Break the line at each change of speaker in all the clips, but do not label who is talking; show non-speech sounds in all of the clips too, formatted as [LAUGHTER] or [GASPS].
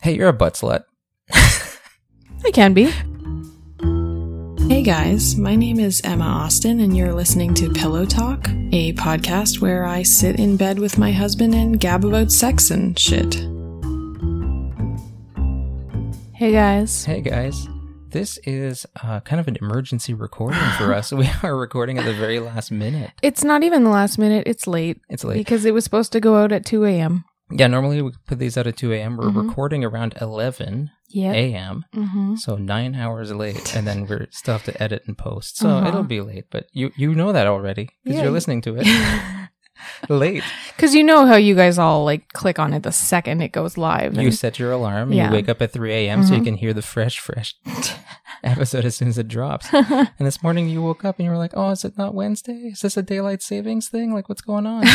Hey, you're a butt slut.
I can be. Hey guys, my name is Emma Austin, and you're listening to Pillow Talk, a podcast where I sit in bed with my husband and gab about sex and shit. Hey guys.
Hey guys, this is uh, kind of an emergency recording for
[LAUGHS]
us. We are recording at the very last minute.
It's not even the last minute, it's late
It's late.
because it was supposed to go out at 2 a.m.
Yeah, normally we put these out at 2 a.m. We're
Mhm.
recording around 11
Yeah.
a.m.,
Mm-hmm.
so nine hours late, and then we're still have to edit and post. So
Uh-huh.
it'll be late, but you you know that already because
Yeah,
you're
you-
listening to it
[LAUGHS]
late.
Because you know how you guys all like click on it the second it goes live.
You
and-
set your alarm. and
Yeah.
You wake up at 3 a.m. so you
Mhm.
can hear the fresh, fresh [LAUGHS] episode as soon as it
[LAUGHS]
drops. And this morning you woke up and you were like, oh, is it not Wednesday? Is this a daylight savings thing? Like, what's going
[LAUGHS]
on?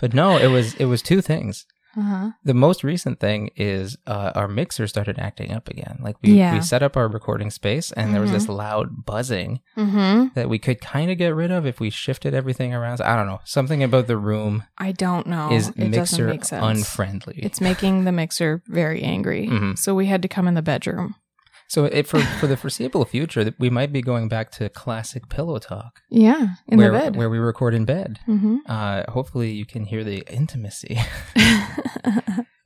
but no, it was it was two things.
Uh-huh.
The most recent thing is uh, our mixer started acting up again. Like we,
Yeah.
we set up our recording space and there was this loud buzzing
Mm-hmm.
that we could kind of get rid of if we shifted everything around. I don't know. Something about the room
I don't know.
is
it doesn't
mixer
make sense.
unfriendly.
It's making the mixer very angry.
Mhm.
So we had to come in the bedroom.
So it, for for the foreseeable future, that we might be going back to classic pillow talk,
Yeah, in
where
the bed.
where we record in bed.
hmm
Uh, hopefully, you can hear the intimacy
[LAUGHS]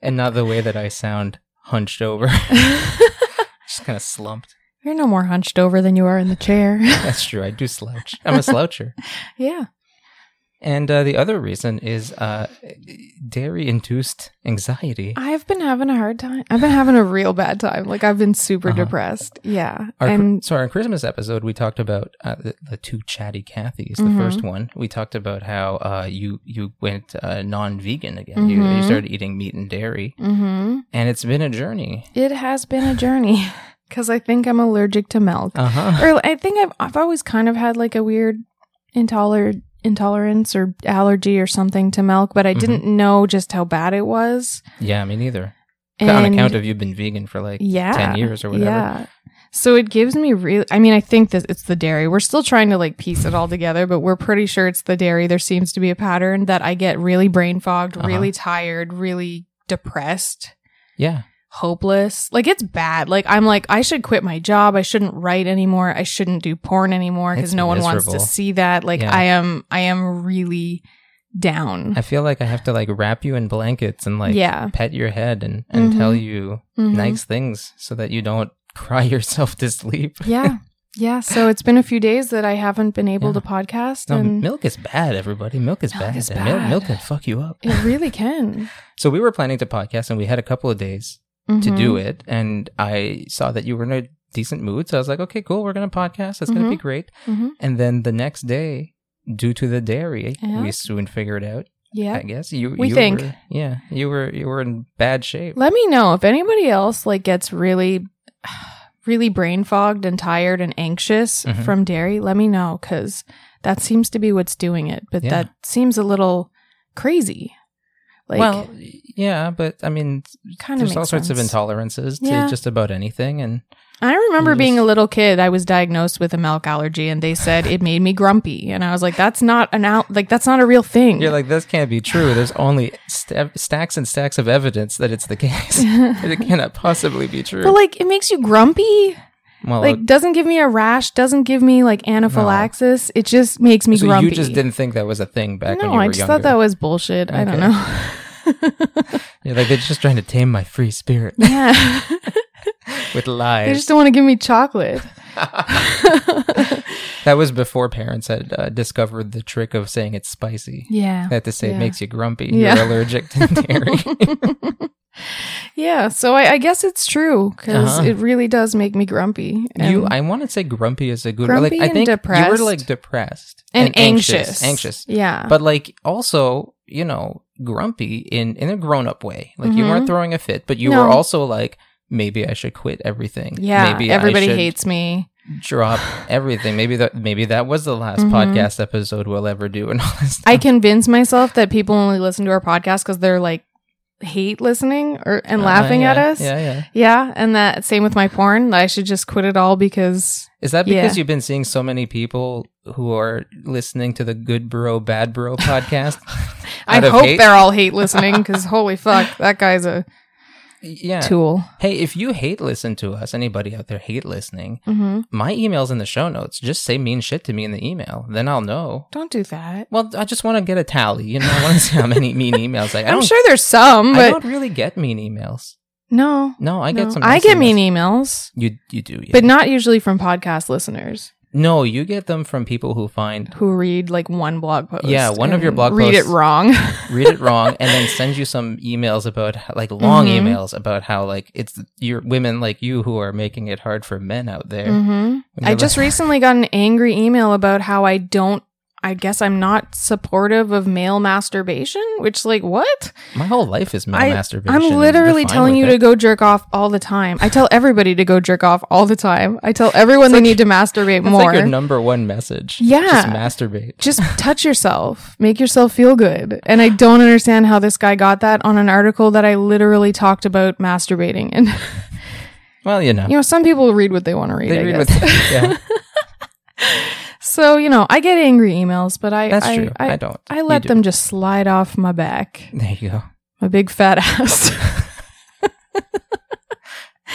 and not the way that I sound hunched
[LAUGHS]
over, just kind of slumped.
You're no more hunched over than you are in the chair. [LAUGHS]
That's true. I do slouch. I'm a sloucher.
yeah.
And uh, the other reason is uh, dairy induced anxiety.
I've been having a hard time. I've been having a real bad time. Like, I've been super
Uh-huh.
depressed. Yeah.
Our,
and
so our Christmas episode, we talked about uh, the, the two chatty Cathys. The
Mhm.
first one, we talked about how uh, you you went uh, non-vegan again. You, you
Mhm.
started eating meat and dairy,
hmm
and it's been a journey.
it has been a journey [LAUGHS] because I think I'm allergic to milk.
Uh huh.
or I think I've, I've always kind of had like a weird intoler- intolerance or allergy or something to milk, but I
Mhm.
didn't know just how bad it was.
[LAUGHS] Yeah, me neither. On
And-
account of you've been vegan for like
yeah,
ten years or whatever.
Yeah. So it gives me real. I mean, I think that it's the dairy. We're still trying to like piece it all together, but we're pretty sure it's the dairy. There seems to be a pattern that I get really brain fogged,
Uh-huh.
really tired, really depressed,
Yeah.
hopeless. Like it's bad. Like I'm like I should quit my job. I shouldn't write anymore. I shouldn't do porn anymore
It's
because no one wants
miserable.
to see that. Like
Yeah.
I am. I am really down.
I feel like I have to like wrap you in blankets and like
Yeah.
pet your head and and tell
Mhm.
you
Mhm.
nice things so that you don't [LAUGHS] cry yourself to sleep.
Yeah. Yeah. So it's been a few days that I haven't been able
Yeah.
to podcast.
No,
and
milk is bad, everybody. Milk is
Milk
bad.
is
and Milk,
bad.
milk can fuck you up.
It really can.
So we were planning to podcast and we had a couple of days
Mm-hmm.
to do it. And I saw that you were in a decent mood. So I was like, okay, cool. We're going to podcast. It's going to be great.
hmm
And then the next day, due to the dairy,
Yeah.
we soon figured out,
Yeah.
I guess. You,
We
you
think.
were- yeah. You were, you were in bad shape.
Let me know if anybody else like gets really, [SIGHS] really brain fogged and tired and anxious
Mhm.
from dairy. Let me know because that seems to be what's doing it. But
Yeah.
that seems a little crazy. Like,
well, yeah, but I mean,
kind of
there's all sorts of intolerances to
Yeah.
just about anything. And
I remember
You
being
just-
a little kid. I was diagnosed with a milk allergy, and they said it made me grumpy. And I was like, "That's not an out. Like, that's not a real thing."
you're like, this can't be true. There's only st- stacks and stacks of evidence that it's the
[LAUGHS]
case. [LAUGHS] it cannot possibly be true.
but like, it makes you grumpy.
well,
like doesn't give me a rash, doesn't give me like anaphylaxis. It just makes me
so
grumpy.
you just didn't think that was a thing back
no,
when you were
I just
younger.
thought that was bullshit. I don't
Okay.
know. [LAUGHS]
You're like, they're just trying to tame my free spirit
[LAUGHS] Yeah,
[LAUGHS] with
they
lies.
just don't want to give me chocolate.
That was before parents had uh, discovered the trick of saying it's spicy.
Yeah,
That to say
Yeah.
it makes you grumpy.
Yeah.
You're allergic to dairy.
[LAUGHS] yeah. So I, I guess it's true because
Uh-huh.
it really does make me grumpy. And
you, I want to say grumpy is a good
Grumpy
Like, I
and
think you were
depressed.
like depressed
and, anxious,
anxious. Anxious.
Yeah,
But like also, you know, grumpy in in a grown up way. Like you
Mhm.
weren't throwing a fit, but you
No.
were also like, maybe I should quit everything.
yeah.
maybe I
everybody
should
hates me.
drop everything. Maybe that maybe that was the last
Mhm.
podcast episode we'll ever do, and all this.
I convince myself that people only listen to our podcast because they're like hate listening or and
Uh,
laughing
yeah,
at us.
Yeah, yeah.
Yeah, and that same with my porn. that I should just quit it all because
Is that
Yeah.
because you've been seeing so many people who are listening to the Good Bro Bad
[LAUGHS]
Bro podcast?
I
Out of
hope
hate? [LAUGHS]
they're all hate listening because holy fuck, that guy's a
yeah.
tool.
Hey, if you hate listen to us, anybody out there hate listening,
Mm-hmm.
my email's in the show notes. Just say mean shit to me in the email. Then I'll know.
Don't do that.
Well, I just want to get a tally. You know, I want to see how many mean emails I I
[LAUGHS] I'm
don't-
sure there's some,
I
but
don't really get mean emails.
no.
No, I
no.
get some.
I
nice
get
emails.
mean e- emails,
You you do, yeah.
but not usually from podcast listeners
no, you get them from people who find
who read like one blog post.
Yeah, one of your
and
blog
read
posts-
it
[LAUGHS]
wrong.
read it wrong and then send you some emails about like long
Mhm.
emails about how like it's your women like you who are making it hard for men out there.
hmm
When
I
you're
just
like-
recently got an angry email about how I don't. I guess I'm not supportive of male masturbation, which like what?
my whole life is male
I-
masturbation.
I'm
and you're
literally
fine
telling
with
you
it.
to go jerk off all the time. I tell everybody to go jerk off all the time. I tell everyone they need to masturbate
That's
more.
like your number one message. just
Yeah.
masturbate.
Just touch yourself, make yourself feel good. And I don't understand how this guy got that on an article that I literally talked about masturbating. And
Well, you know,
you know, some people read what they want to read.
they
I
read
guess.
what they-
[LAUGHS]
yeah,
so you know, I get angry emails, but I
that's
I,
true. I,
I,
don't.
I
You
let
do.
them just slide off my back,
There you go.
my big fat [LAUGHS] ass.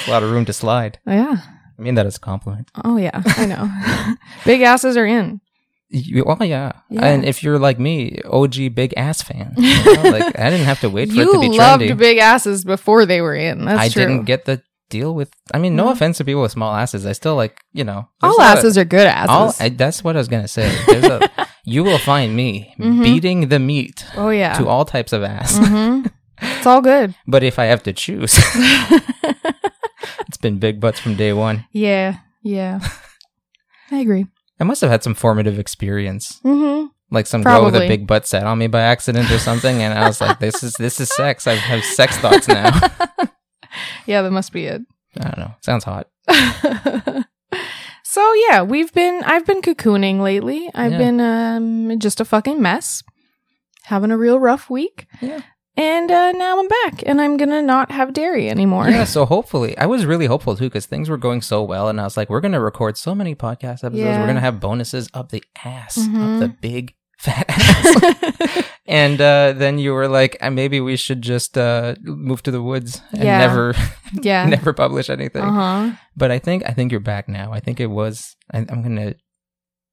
A lot of room to slide.
Oh, yeah.
I mean that as a compliment.
Oh yeah, I know. [LAUGHS] big asses are in.
You, well, oh, yeah.
Yeah.
And if you're like me, OG big ass fan, you know,
[LAUGHS]
like I didn't have to wait for it to
you
be
loved
trendy.
big asses before they were in. That's
I
true.
didn't get the deal with. I mean, no,
No.
offense to people with small asses. I still like, you know, there's
all
a lot of-
asses are good asses.
all. I, that's what I was gonna say. There's
[LAUGHS]
a, you will find me
Mhm.
beating the meat
oh yeah.
to all types of ass.
hmm It's all good.
[LAUGHS] But if I have to
[LAUGHS]
choose, [LAUGHS] it's been big butts from day one.
Yeah. Yeah. [LAUGHS] I agree.
I must have had some formative experience.
hmm
Like some girl with
Probably.
a big butt sat on me by accident or something, and I was like, "This is this is sex. I have sex thoughts now." [LAUGHS] I
Yeah, that must be it. [LAUGHS]
don't know. Sounds hot.
so yeah, we've been I've been cocooning lately. I've
Yeah.
been um just a fucking mess. Having a real rough week.
Yeah.
And uh, now I'm back and I'm gonna not have dairy anymore.
Yeah, so hopefully, I was really hopeful too because things were going so well, and I was like, we're going to record so many podcast episodes.
Yeah.
We're going to have bonuses up the ass,
Mhm.
up the big [LAUGHS]
[LAUGHS]
fat ass. and uh, then you were like, "Uh, maybe we should just uh, move to the woods and
Yeah.
never,
[LAUGHS]
[LAUGHS]
yeah.
never publish anything.
uh-huh.
But I think, I think you're back now. I think it was. I, I'm gonna.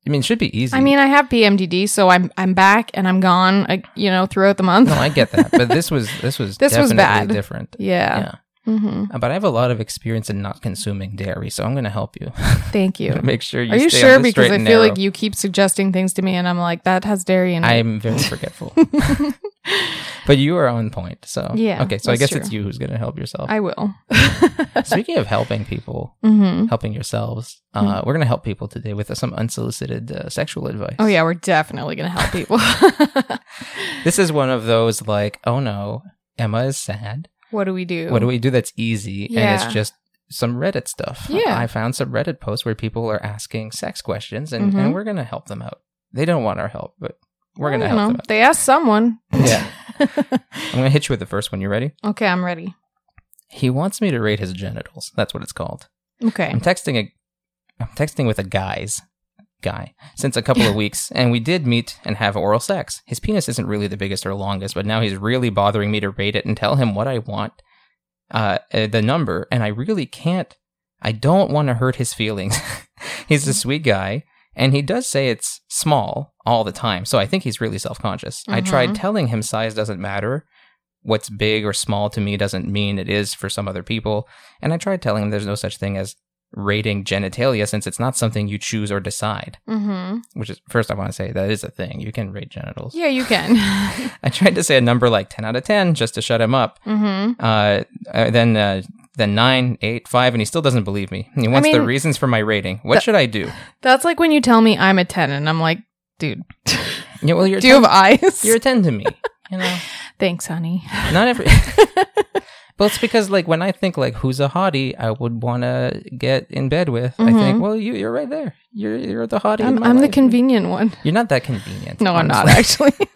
I mean, it should be easy.
I mean, I have PMDD, so I'm I'm back and I'm gone. Like, you know, throughout the month.
no, I get that, but this was this was
This was
definitely
bad.
different.
[LAUGHS] yeah. hmm
Uh, But I have a lot of experience in not consuming dairy, so I'm going to help you. [LAUGHS]
Thank you.
Make sure you
Are you
stay
sure?
On the
Because
straight
I
and
feel
narrow.
like you keep suggesting things to me, and I'm like, that has dairy in it.
I'm
[LAUGHS]
very forgetful. [LAUGHS] but you are on point. So
Yeah,
Okay, so I guess
that's
it's you who's gonna help yourself.
I [LAUGHS] will.
Speaking of helping people,
hmm
helping yourselves, uh, we're gonna help people today with some unsolicited uh, sexual advice.
Mm-hmm. Oh yeah, we're definitely gonna help people. [LAUGHS]
this is one of those like, oh no, Emma is sad.
what do we do?
What do we do? That's easy, and
Yeah.
it's just some Reddit stuff.
Yeah.
I found some Reddit posts where people are asking sex questions, and,
Mhm.
and we're gonna help them out. They don't want our help, but we're gonna
I
help
don't
them
know. They asked someone.
out. yeah, I'm gonna hit you with the first one. You ready?
[LAUGHS] okay, I'm ready.
He wants me to rate his genitals. That's what it's called.
Okay.
I'm texting a I'm texting with a guy's guy since a couple of weeks and we did meet and have oral sex. His penis isn't really the biggest or longest, but now he's really bothering me to rate it and tell him what I want uh, uh the number and I really can't I don't want to hurt his feelings. [LAUGHS] he's a sweet guy and he does say it's small all the time. So I think he's really self-conscious. I
Mhm.
tried telling him size doesn't matter. What's big or small to me doesn't mean it is for some other people. And I tried telling him there's no such thing as rating genitalia since it's not something you choose or decide.
Mm-hmm.
Which is first I want to say that is a thing. You can rate genitals.
Yeah, you can. [LAUGHS]
I tried to say a number like 10 out of 10 just to shut him up.
mm-hmm.
Uh, uh, then uh, then 9, 8, 5 and he still doesn't believe me. He wants
mean-
the reasons for my rating. What
Th-
should I do?
That's like when you tell me I'm a ten, and I'm like, dude,
Yeah, well you're
do you have eyes?
you're a 10 to me. You know.
[LAUGHS] Thanks, honey.
Not every [LAUGHS] Well, it's because like when I think like who's a hottie I would want to get in bed with, I think, well, you you're right there. You're you're the hottie. in
Mm-hmm. I'm,
my
I'm the
life.
convenient one.
You're not that convenient.
No, I'm not
honestly.
actually.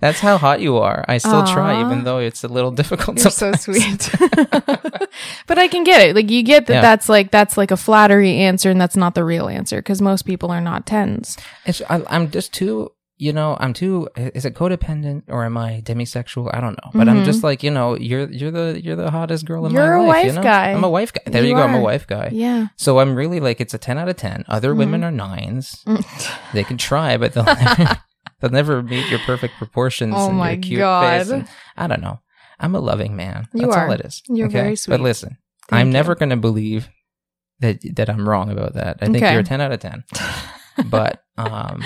That's how hot you are. I still try,
Aw.
even though it's a little [LAUGHS] difficult.
You're so
sometimes. [LAUGHS]
sweet. [LAUGHS] but I can get it. Like you get that
Yeah.
that's like that's like a flattery answer and that's not the real answer because most people are not tens.
It's, I, I'm just too you know, I'm too. Is it codependent or am I demisexual? I don't know. But I'm
Mhm.
just like, you know, you're you're the you're the hottest girl in
You're
my
a
life. you
wife
know?
guy.
I'm a wife guy. There you,
You
go. I'm a
are.
wife guy. [LAUGHS]
Yeah. Mm-hmm.
So I'm really like, it's a ten out of ten. Other women are nines. They can try, but they'll
[LAUGHS]
never, they'll never meet your perfect proportions
Oh
and
my
your cute
God. [LAUGHS]
face. And, I don't know. I'm a loving man.
You
That's
are.
all it is.
You're very sweet.
But listen,
Thank
I'm
you.
never going to believe that that I'm wrong about that. I think
Okay.
you're a 10 out of 10. But um,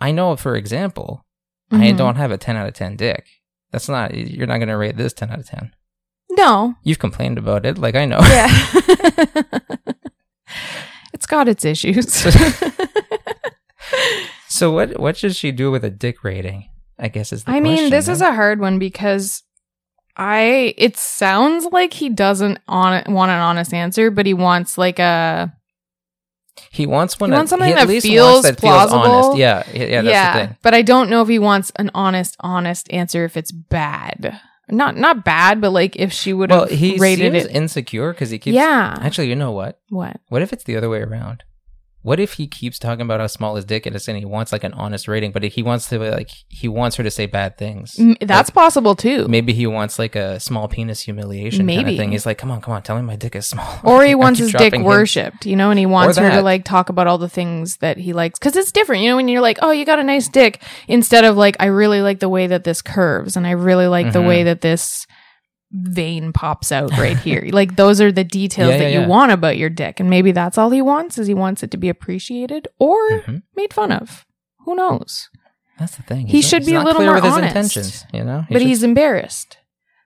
I know, for example, I
Mhm.
don't have a 10 out of 10 dick. That's not, you're not going to rate this 10 out of 10.
No.
You've complained about it, like I know. [LAUGHS]
Yeah. it's got its issues.
so what what should she do with a dick rating? I guess is the
[LAUGHS] I mean,
question,
this is
right?
a hard one because I it sounds like he doesn't on, want an honest answer, but he wants like a
he wants one
He
that-
wants something
he at
that
least
feels
wants that feels honest.
plausible.
Yeah, yeah, yeah, that's the thing.
But I don't know if he wants an honest honest answer if it's bad. Not not bad, but like if she would
Well,
have
he
rated
seems
it.
insecure because he keeps.
yeah.
Actually, you know what?
what?
What if it's the other way around? What if he keeps talking about how small his dick is and he wants like an honest rating, but he wants to like he wants her to say bad things.
M- that's possible too.
Like, maybe he wants like a small penis humiliation kind of
Maybe.
thing. He's like, come on, come on, tell me my dick is small.
or
[LAUGHS]
he
I
wants
keep
his dick
dropping hints.
worshipped, you know, and he wants her to
that.
like talk about all the things that he likes because it's different, you know, when you're like, oh, you got a nice dick, instead of like, I really like the way that this curves and I really like the
Mhm.
way that this vein pops out right here. [LAUGHS] like, those are the details
Yeah,
that
yeah,
you
yeah.
want about your dick, and maybe that's all he wants is he wants it to be appreciated or
Mhm.
made fun of. Who knows?
That's the thing.
He
not-
should be a
not
little
clear
more
with
honest.
his intentions. You know, He
but
should-
he's embarrassed,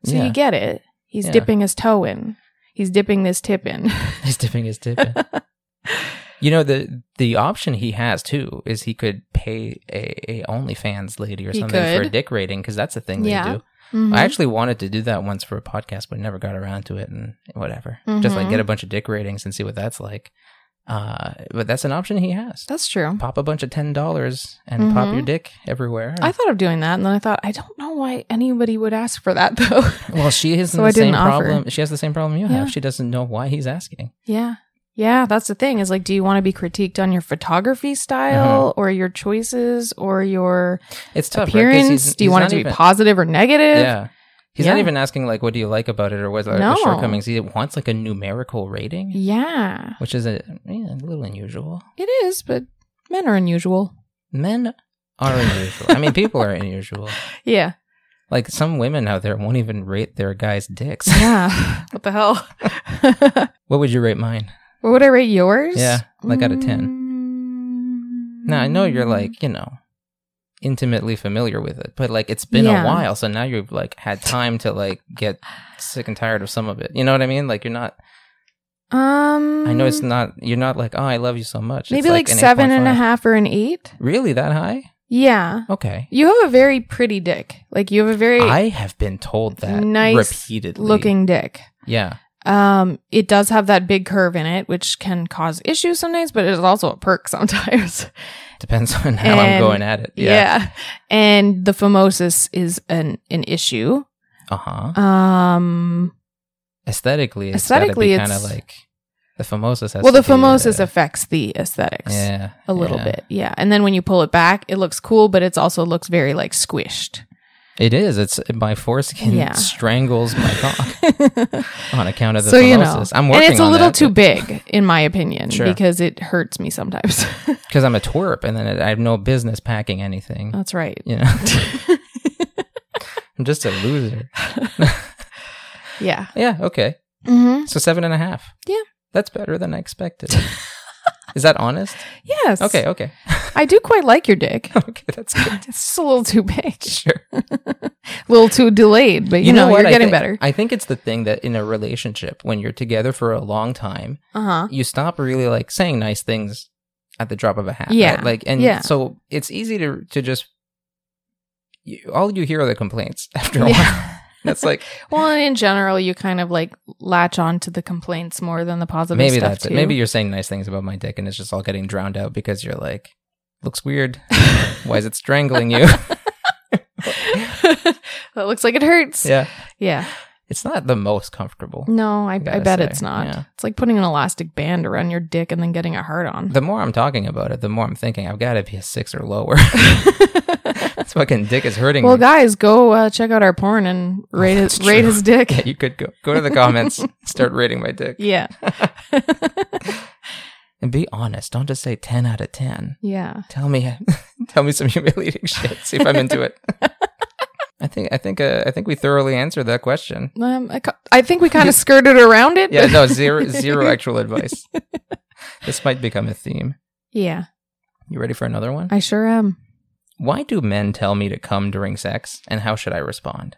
so
Yeah.
you get it. He's
Yeah.
dipping his toe in. He's dipping this tip in.
[LAUGHS] He's dipping his tip
[LAUGHS]
in. you know the the option he has too is he could pay a, a OnlyFans lady or
He
something for a
could.
dick rating because that's a thing they
Yeah.
do.
[LAUGHS] Mhm.
I actually wanted to do that once for a podcast, but never got around to it and whatever. Just like
Mhm.
get a bunch of dick ratings and see what that's like. Uh, but that's an option he has.
That's true.
pop a bunch of ten dollars and pop your dick everywhere.
Mm-hmm. I thought of doing that, and then I thought, I don't know why anybody would ask for that [LAUGHS] though.
well, she has
So I
the
didn't
same
offer.
problem. She has the same problem you
Yeah.
have. She doesn't know why he's asking.
yeah. Yeah, that's the thing is like, do you want to be critiqued on your photography style or your choices or your
Uh-huh. It's tough. right? 'Cause
appearance?
he's-
do you
he's
want it
not
to
even-
be positive or negative?
Yeah. He's not
Yeah.
even asking like what do you like about it or what are
No.
the shortcomings. He wants like a numerical rating,
Yeah,
which is a, yeah, a little unusual.
it is, but men are unusual.
Men are unusual. I mean, people are
[LAUGHS]
unusual.
Yeah.
Like some women out there won't even rate their guys' dicks. [LAUGHS]
Yeah. what the hell?
what would you rate mine?
what [LAUGHS] would I rate yours?
Yeah, like out of 10.
Mm.
Now I know you're like you know intimately familiar with it, but like it's been
Yeah.
a while, so now you've like had time to like get sick and tired of some of it. You know what I mean? Like you're not.
um.
I know it's not. You're not like oh I love you so much. It's
maybe like,
an
seven and a
8.5.
half or an eight.
Really that high?
Yeah.
Okay.
You have a very pretty dick. Like you have a very
I have been told that
Nice
repeatedly.
looking dick.
yeah,
Um, it does have that big curve in it, which can cause issues sometimes, but it is also a perk [LAUGHS] sometimes.
depends on how I'm
And-
going at it.
yeah.
Yeah.
And the phimosis is an an issue.
Uh huh.
Um
Aesthetically, it's
Aesthetically,
kind of
it's-
like the phimosis. Has
well the
to be
phimosis
the-
affects the aesthetics
yeah,
a little
yeah.
bit. Yeah. And then when you pull it back, it looks cool, but it's also looks very like squished.
It is. It's my foreskin
Yeah.
strangles my cock
[LAUGHS]
on account of the
so
phimosis.
you know,
I'm
and
working
it's a
on
little
that,
too big, in my opinion,
Sure.
because it hurts me sometimes. [LAUGHS]
because I'm a twerp, and then I have no business packing anything.
That's right.
you know,
[LAUGHS]
[LAUGHS] I'm just a loser. [LAUGHS]
Yeah.
Yeah. Okay.
Mm-hmm.
So seven and a half.
Yeah.
That's better than I expected. is that honest?
[LAUGHS] Yes.
Okay. Okay. [LAUGHS]
I do quite like your dick.
Okay. That's good.
[LAUGHS] It's just a little too big,
Sure.
a little too delayed, but you, know,
what?
you're
I
getting
think-
better.
I think it's the thing that in a relationship, when you're together for a long time,
Uh huh.
you stop really like saying nice things at the drop of a hat.
Yeah.
right? Like, and
Yeah.
so it's easy to to just you, all you hear are the complaints [LAUGHS] after a while.
Yeah.
That's like
[LAUGHS] Well, and in general, you kind of like latch on to the complaints more than the positive
maybe
stuff
that's
too.
it. Maybe you're saying nice things about my dick, and it's just all getting drowned out because you're like, looks
[LAUGHS]
weird. Why is it strangling you?
that looks like it hurts. Yeah.
yeah. It's not the most comfortable.
No, I, I
Gotta
bet
say,
it's not.
yeah.
It's like putting an elastic band around your dick and then getting a hard on.
The more I'm talking about it, the more I'm thinking I've got to be a six or
[LAUGHS]
lower. [LAUGHS] this fucking dick is hurting
Well,
me.
guys, go uh, check out our porn and rate his,
Oh, That's
rate
true.
his
[LAUGHS]
dick.
Yeah, you could go go to the comments, start rating my dick,
[LAUGHS] yeah,
and be honest. Don't just say ten out of ten.
[LAUGHS] yeah.
Tell me, [LAUGHS] tell me some humiliating [LAUGHS] shit. See if I'm into it. I think I think uh, I think we thoroughly answered that question.
Um, I, ca-
[LAUGHS]
I think we kind of skirted around it.
Yeah,
but- [LAUGHS]
no zero zero actual advice. This might become a theme.
yeah,
You ready for another one?
I sure am.
Why do men tell me to come during sex, and how should I respond?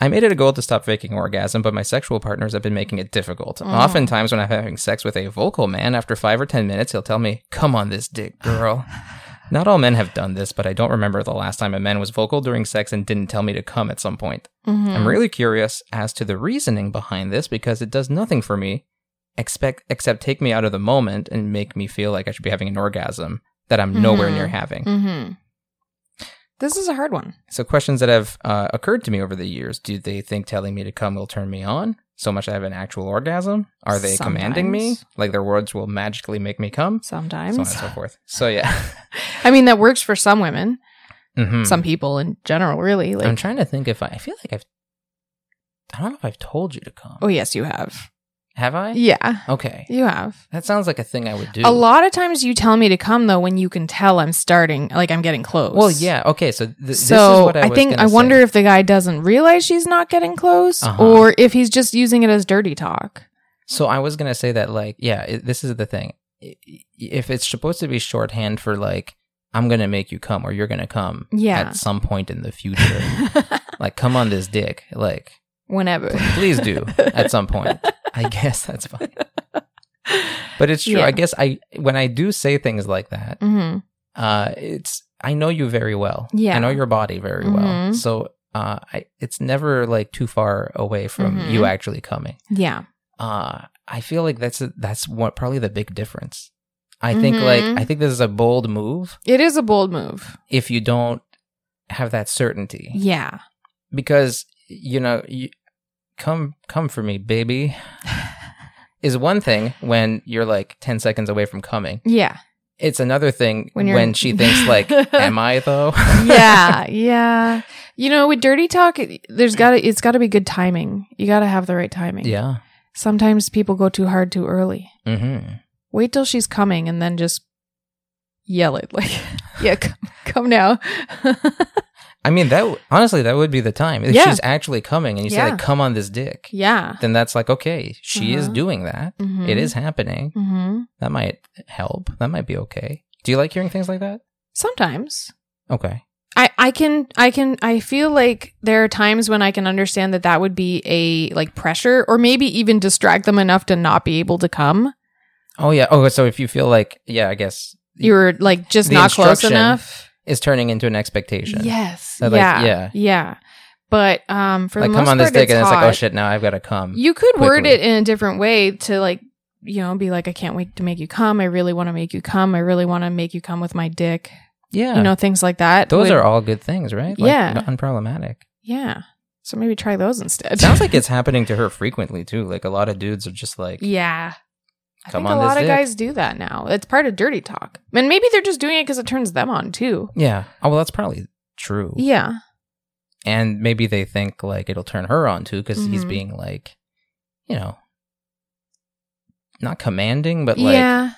I made it a goal to stop faking orgasm, but my sexual partners have been making it difficult. Oftentimes, when I'm having sex with a vocal man, after five or ten minutes, he'll tell me, Come on this dick, girl. Not all men have done this, but I don't remember the last time a man was vocal during sex and didn't tell me to come at some point.
Mm.
I'm really curious as to the reasoning behind this because it does nothing for me expect, except take me out of the moment and make me feel like I should be having an orgasm that I'm nowhere
Mhm.
near having.
Mm-hmm. This is a hard one.
So questions that have uh, occurred to me over the years: Do they think telling me to come will turn me on so much I have an actual orgasm? Are they commanding me?
Sometimes.
Like their words will magically make me come? So on and
Sometimes,
so forth. So yeah, [LAUGHS]
I mean, that works for some women,
Mhm.
some people in general, really. Like,
I'm trying to think if I. I feel like I've. I don't know if I've told you to come.
oh yes, you have.
Have I?
Yeah,
Okay.
you have.
That sounds like a thing I would do.
A lot of times, you tell me to come though when you can tell I'm starting, like I'm getting close.
Well, yeah. Okay. So th- this is
so
what I,
I,
was
think
gonna
I wonder
say.
if the guy doesn't realize she's not getting close,
Uh-huh.
or if he's just using it as dirty talk.
So I was gonna say that, like, yeah, it, this is the thing. I- i- If it's supposed to be shorthand for like, I'm gonna make you come or you're gonna come,
Yeah.
at some point in the
[LAUGHS]
future, like, come on this dick, like,
Whenever.
please
[LAUGHS]
do at some point. I guess that's fine. But it's true.
Yeah.
I guess I when I do say things like that,
hmm
uh, it's I know you very well.
Yeah.
I know your body very well.
Mhm.
So uh, I, it's never like too far away from
Mhm.
you actually coming
Yeah.
uh I feel like that's that's what probably the big difference. I think like
Mhm.
I think this is a bold move
It is a bold move.
if you don't have that certainty
Yeah.
because you know you, come come for me
[LAUGHS]
baby is one thing when you're like 10 seconds away from coming.
Yeah.
It's another thing
When
when,
you're-
she thinks
[LAUGHS]
like am I though? [LAUGHS]
yeah. Yeah. You know, with dirty talk, it- there's got to it's got to be good timing. You got to have the right timing.
yeah.
Sometimes people go too hard too early.
Mhm.
Wait till she's coming and then just yell it [LAUGHS] like, "Yeah, come, come now." [LAUGHS]
I mean that w- honestly that would be the time. If
Yeah.
she's actually coming and you
Yeah.
say like come on this dick.
yeah.
Then that's like okay, she is
Uh-huh.
doing that.
Mhm.
It is happening.
Mhm.
That might help. That might be okay. Do you like hearing things like that?
Sometimes.
Okay.
I, I can I can I feel like there are times when I can understand that that would be a like pressure or maybe even distract them enough to not be able to come.
Oh yeah. Oh, so if you feel like yeah, I guess
You're like just
The
not close
instruction
enough.
is turning into an expectation.
Yes.
That, like,
yeah.
yeah.
Yeah. But um for
Like
the
come
most
on this
part,
dick,
it's
and it's like oh
hot.
shit, now I've got to come.
You could word
quickly.
it in a different way to like you know be like I can't wait to make you come. I really want to make you come. I really want to make you come with my dick.
yeah.
You know things like that.
Those
would-
are all good things, right? Like,
Yeah.
n-
[LAUGHS]
Unproblematic.
Yeah. So maybe try those instead. [LAUGHS]
Sounds like it's happening to her frequently too. Like a lot of dudes are just like
Yeah. I
Come
think a
on this
lot of
dick.
guys do that now. It's part of dirty talk. And maybe they're just doing it because it turns them on too.
yeah. Oh well, that's probably true.
Yeah.
And maybe they think like it'll turn her on too because he's
Mhm.
being like, you know, not commanding, but like
yeah.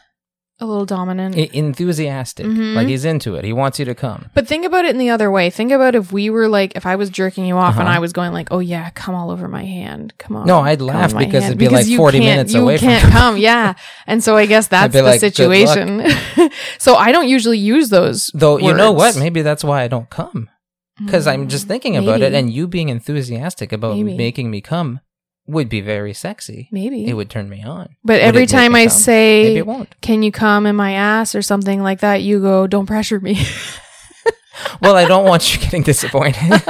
A little dominant.
I- e-, enthusiastic.
Mhm.
Like he's into it. He wants you to come.
but think about it in the other way. Think about if we were like, if I was jerking you off and
Uh-huh.
I was going like, oh yeah, come all over my hand. Come on.
No, I'd
Oh, come
laugh
on my
because
hand."
it'd be like
you
40
can't-
minutes
you
away from
can't come. Yeah. And so I guess that's
be
the
like, "Good luck."
situation. [LAUGHS] so I don't usually use those.
[LAUGHS] Though you know what?
words.
Maybe that's why I don't come because I'm just thinking about it,
Mm, Maybe.
and you being enthusiastic about
Maybe.
making me come would be very sexy.
Mm, Maybe.
It would turn me on.
but
Would
every
it make
time
me
I
come?
say,
maybe it won't.
can you come in my ass or something like that? You go, don't pressure me.
Well, I don't want you getting disappointed. [LAUGHS]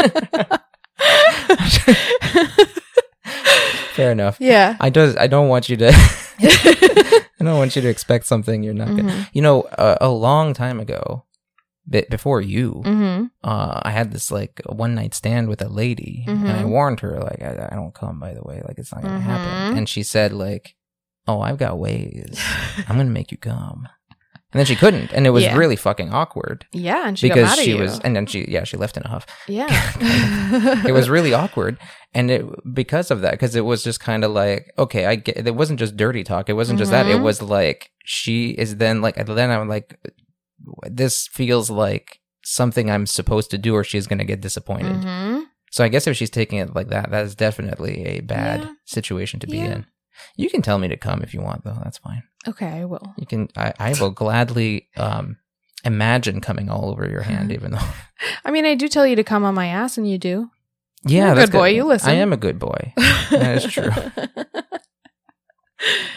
Fair enough.
[LAUGHS] yeah.
I does. I don't want you to. [LAUGHS]
Mm-hmm.
I don't want you to expect something you're not. Gonna, you know, a, a long time ago, bit before you,
Mm-hmm.
uh, I had this like one night stand with a lady, and I
Mhm.
warned her like I, I don't come. By the way, like it's not gonna happen.
Mhm.
And she said like, "Oh, I've got ways. I'm gonna make you come." And then she couldn't, and it was
Yeah.
really fucking awkward
Yeah, and she got
because
mad at
she
you.
was, and then she yeah she left in a huff.
yeah,
[LAUGHS] It was
[LAUGHS]
really awkward, and it because of that because it was just kind of like okay I get it wasn't just dirty talk. It wasn't just that. It
Mhm.
was like she is then like and then I'm like this feels like something I'm supposed to do or she's gonna get disappointed.
hmm
So I guess if she's taking it like that, that is definitely a bad
Yeah.
situation to be
Yeah.
in. You can tell me to come if you want, though. That's fine.
Okay, I will.
You can. I, I will gladly um, imagine coming all over your hand,
Mm-hmm.
even though. [LAUGHS]
I mean, I do tell you to come on my ass, and you do.
Yeah,
You're a
that's
good boy. You listen.
I am a good
[LAUGHS]
boy, That is true.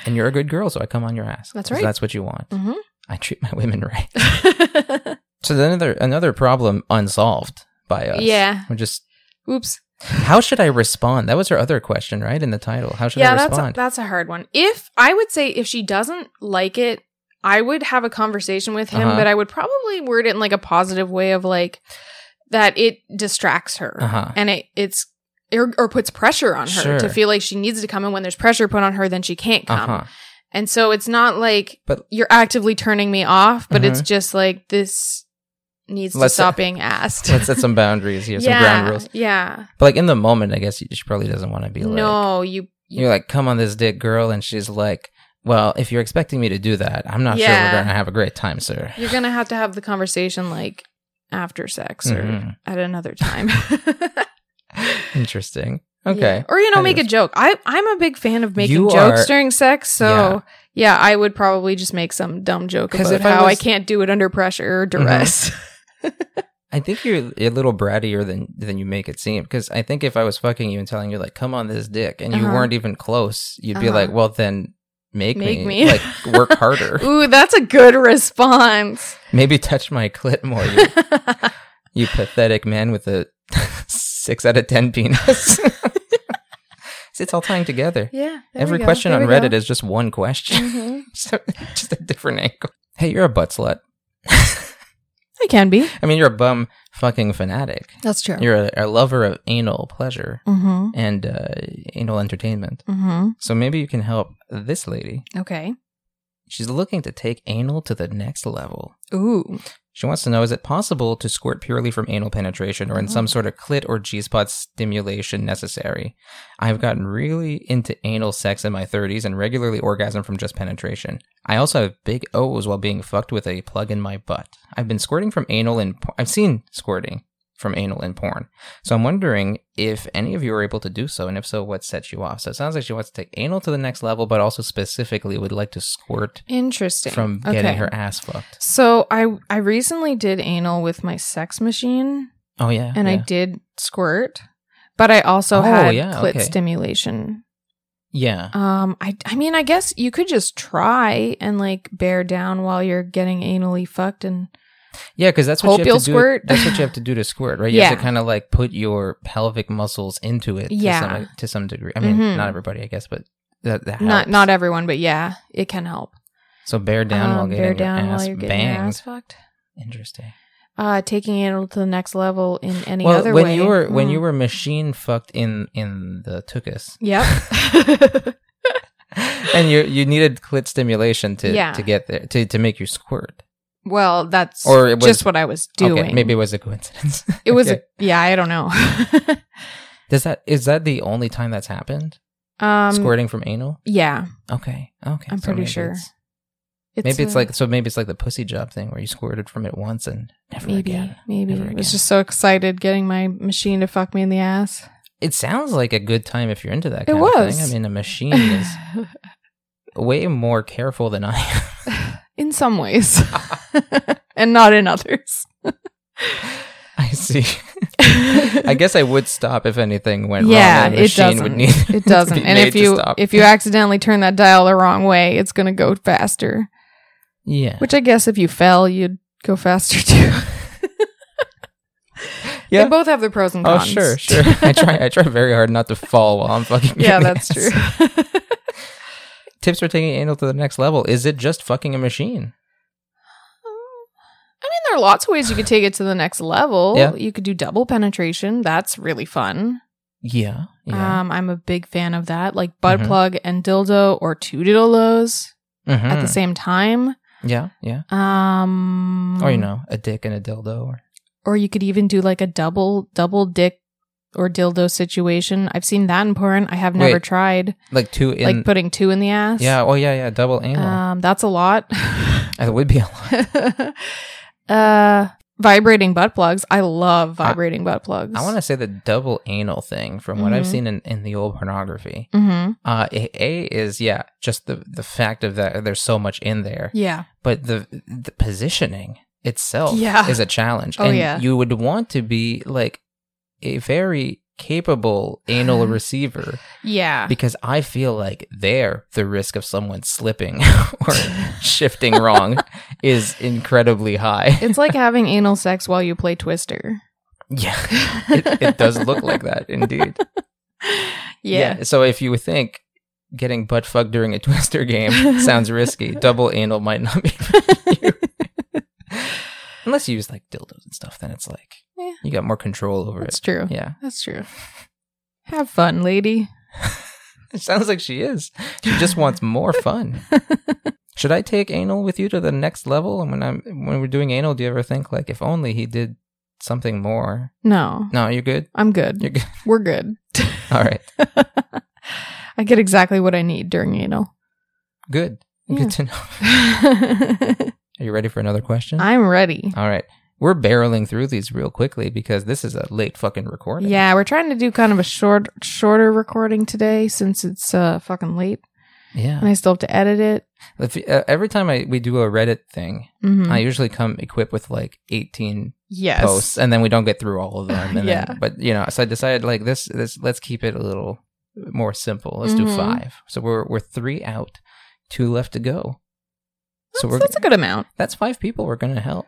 and you're a good girl, so I come on your ass.
That's
'Cause
right.
That's what you want.
Mhm.
I treat my [LAUGHS] women right.
true.
So then another another problem unsolved by us.
Yeah.
I'm just.
Oops.
How should I respond? That was her other question, right? In the title, how should
yeah,
I
that's
respond?
a, that's a hard one. If I would say if she doesn't like it, I would have a conversation with him,
Uh-huh.
but I would probably word it in like a positive way of like that it distracts her
Uh-huh.
and it it's or, or puts pressure on her
Sure.
to feel like she needs to come, and when there's pressure put on her, then she can't
Uh-huh.
come. And so it's not like
But- Mm-hmm.
you're actively turning me off, but it's just like this needs
Let's-
to stop being asked.
Let's set some boundaries here, some
[LAUGHS] yeah,
ground rules.
yeah.
But like in the moment, I guess she she probably doesn't want to be like,
no, you.
you're like, come on this dick, girl. And she's like, well, if you're expecting me to do that, I'm not sure
Yeah.
we're going to have a great time, sir.
You're gonna have to have the conversation like after sex or
Mhm.
at another time. [LAUGHS]
Mm-hmm. Interesting. Okay.
Yeah. Or you know,
How do
make
you-
a joke. I I'm a big fan of making
You
jokes
are-
during sex, so yeah. I would probably just make some dumb joke
'Cause
about
if I
how I,
was- Mm-hmm.
can't do it under pressure or duress. [LAUGHS]
I think you're a little brattier than than you make it seem. Because I think if I was fucking you and telling you, like, come on this dick, and you
Uh-huh.
weren't even close, you'd be
Uh-huh.
like, well, then make,
Make
me,
me.
like, work
[LAUGHS]
harder.
Ooh, that's a good response.
Maybe touch my clit more,
[LAUGHS]
you, you pathetic man with a [LAUGHS] six out of 10
[LAUGHS]
penis. See, it's all tying together.
yeah. there
Every
we go,
question
there
on
we go. [LAUGHS]
Reddit is just one question,
Mhm.
[LAUGHS] so just a different angle. Hey, you're a butt slut.
I can be.
I mean, you're a bum fucking fanatic.
That's true.
You're a, a lover of anal pleasure
mm-hmm.
and uh, anal entertainment.
Mm-hmm.
So maybe you can help this lady.
Okay.
She's looking to take anal to the next level.
Ooh.
She wants to know is it possible to squirt purely from anal penetration or in
Mm-hmm.
some sort of clit or G spot stimulation necessary? I've gotten really into anal sex in my 30s and regularly orgasm from just penetration. I also have big O's while being fucked with a plug in my butt. I've been squirting from anal in por- I've seen squirting from anal in porn. So I'm wondering if any of you are able to do so and if so what sets you off. So it sounds like she wants to take anal to the next level but also specifically would like to squirt
Interesting.
from getting her ass fucked.
So I I recently did anal with my sex machine
Oh yeah.
and I
yeah.
did squirt, but I also
Oh,
had
yeah,
clit
okay.
stimulation.
Yeah.
Um I I mean I guess you could just try and like bear down while you're getting anally fucked and
Yeah, because that's what
Hope
you
you'll
have to do.
squirt.
That's what you have to do to squirt, right? You have to
Yeah.
kind of like put your pelvic muscles into it.
Yeah.
to some, to some degree. I mean,
Mhm.
not everybody, I guess, but that, that
not
helps.
not everyone but yeah, it can help.
so bear down while
Um,
getting your ass banged.
ass fucked.
Interesting.
Uh taking anal to the next level in any
well,
other
when
way.
you were when
Mm.
you were machine fucked in in the tukus,
Yep.
[LAUGHS]
[LAUGHS]
and you you needed clit stimulation to
Yeah.
to get there to to make you squirt.
well, that's
Or it was-
just what I was doing.
Okay, maybe it was a coincidence. [LAUGHS]
it was.
okay.
A, yeah, I don't know. [LAUGHS]
Does that is that the only time that's happened?
um,
Squirting from anal?
Yeah,
Okay, okay.
I'm pretty
maybe
sure.
it's- maybe
uh,
it's like so. Maybe it's like the pussy job thing where you squirted from it once and never
maybe
again.
maybe
Never
I was
again.
just so excited getting my machine to fuck me in the ass.
It sounds like a good time if you're into that.
It
Kind Of thing. I
was.
mean, a machine
[LAUGHS]
is way more careful than I [LAUGHS] am.
in some ways, [LAUGHS] and not in others.
I
[LAUGHS]
see. I
I
guess I would stop if anything went
yeah,
wrong. and a
it
machine
doesn't.
Would need
it
[LAUGHS]
doesn't.
to be
And
made
if
to
you
stop.
if you accidentally turn that dial the wrong way, it's gonna go faster.
yeah,
Which I guess if you fell, you'd go
[LAUGHS]
faster too.
Yeah.
They both have their pros and
oh
cons.
sure,
[LAUGHS]
sure. I try. I try very hard not to fall while I'm fucking.
yeah,
[LAUGHS] your ass.
that's true. [LAUGHS]
Tips for taking anal to the next level. Is it just fucking a machine?
I mean, there there are lots of ways you could take it to the next level.
Yeah.
You could do double penetration. That's really fun.
Yeah. Yeah.
Um, I'm a big fan of that. Like butt
Mhm.
plug and dildo or two dildos at the
Mhm.
same time.
yeah. Yeah.
Um,
Or, Oh, you know, a dick and a dildo. Or,
or you could even do like a double double dick or dildo situation. I've seen that in porn. I have never
Wait.
tried
like two in.
like putting two in the ass.
yeah. Oh, yeah. Yeah. Double anal.
Um, that's a lot. [LAUGHS]
that would be a lot.
uh, vibrating butt plugs. I love vibrating butt plugs.
I want to say the double anal thing from what I've
Mhm.
seen in, in the old pornography.
Mm-hmm.
Uh, a, a is, yeah, just the, the fact of that there's so much in there.
Yeah.
but the the positioning itself
Yeah.
is a challenge.
Oh,
and
yeah.
you would want to be like a very capable
[LAUGHS]
anal receiver
Yeah.
because I feel like there the risk of someone slipping [LAUGHS] or
[LAUGHS]
shifting wrong is incredibly
[LAUGHS]
high.
it's like having anal sex while you play Twister.
Yeah. It, it does look like that indeed.
[LAUGHS] Yeah.
So if you think getting butt fucked during a [LAUGHS] twister
[LAUGHS]
game sounds risky, double anal might not be
[LAUGHS]
Unless you use like dildos and stuff, then it's like
Yeah.
you got more control over
That's
it.
true.
Yeah.
That's true. Have fun, lady.
It sounds like she is. She just wants
[LAUGHS]
more fun. Should I take anal with you to the next level? And when I'm when we're doing anal, do you ever think like if only he did something more?
No,
No, you're good.
I'm good.
You're good.
[LAUGHS] We're good.
All right.
I get exactly what I need during anal. [LAUGHS]
Good.
Yeah.
Good to know. [LAUGHS]
I'm
Are you ready for another question?
ready.
All right. We're barreling through these real quickly because this is a late fucking recording.
Yeah, we're trying to do kind of a short, shorter recording today since it's uh, fucking late, and
Yeah.
I still have to edit it.
If, uh, every time I we do a Reddit thing,
Mhm.
I usually come equipped with like 18
yes.
posts and then we don't get through all of them. And
Yeah.
Then, but you know, so I decided like this, this, let's keep it a little more simple. Let's do
Mhm.
five. So we're, we're three out, two left to go.
That's,
so we're,
that's a good amount.
that's five people we're going to help.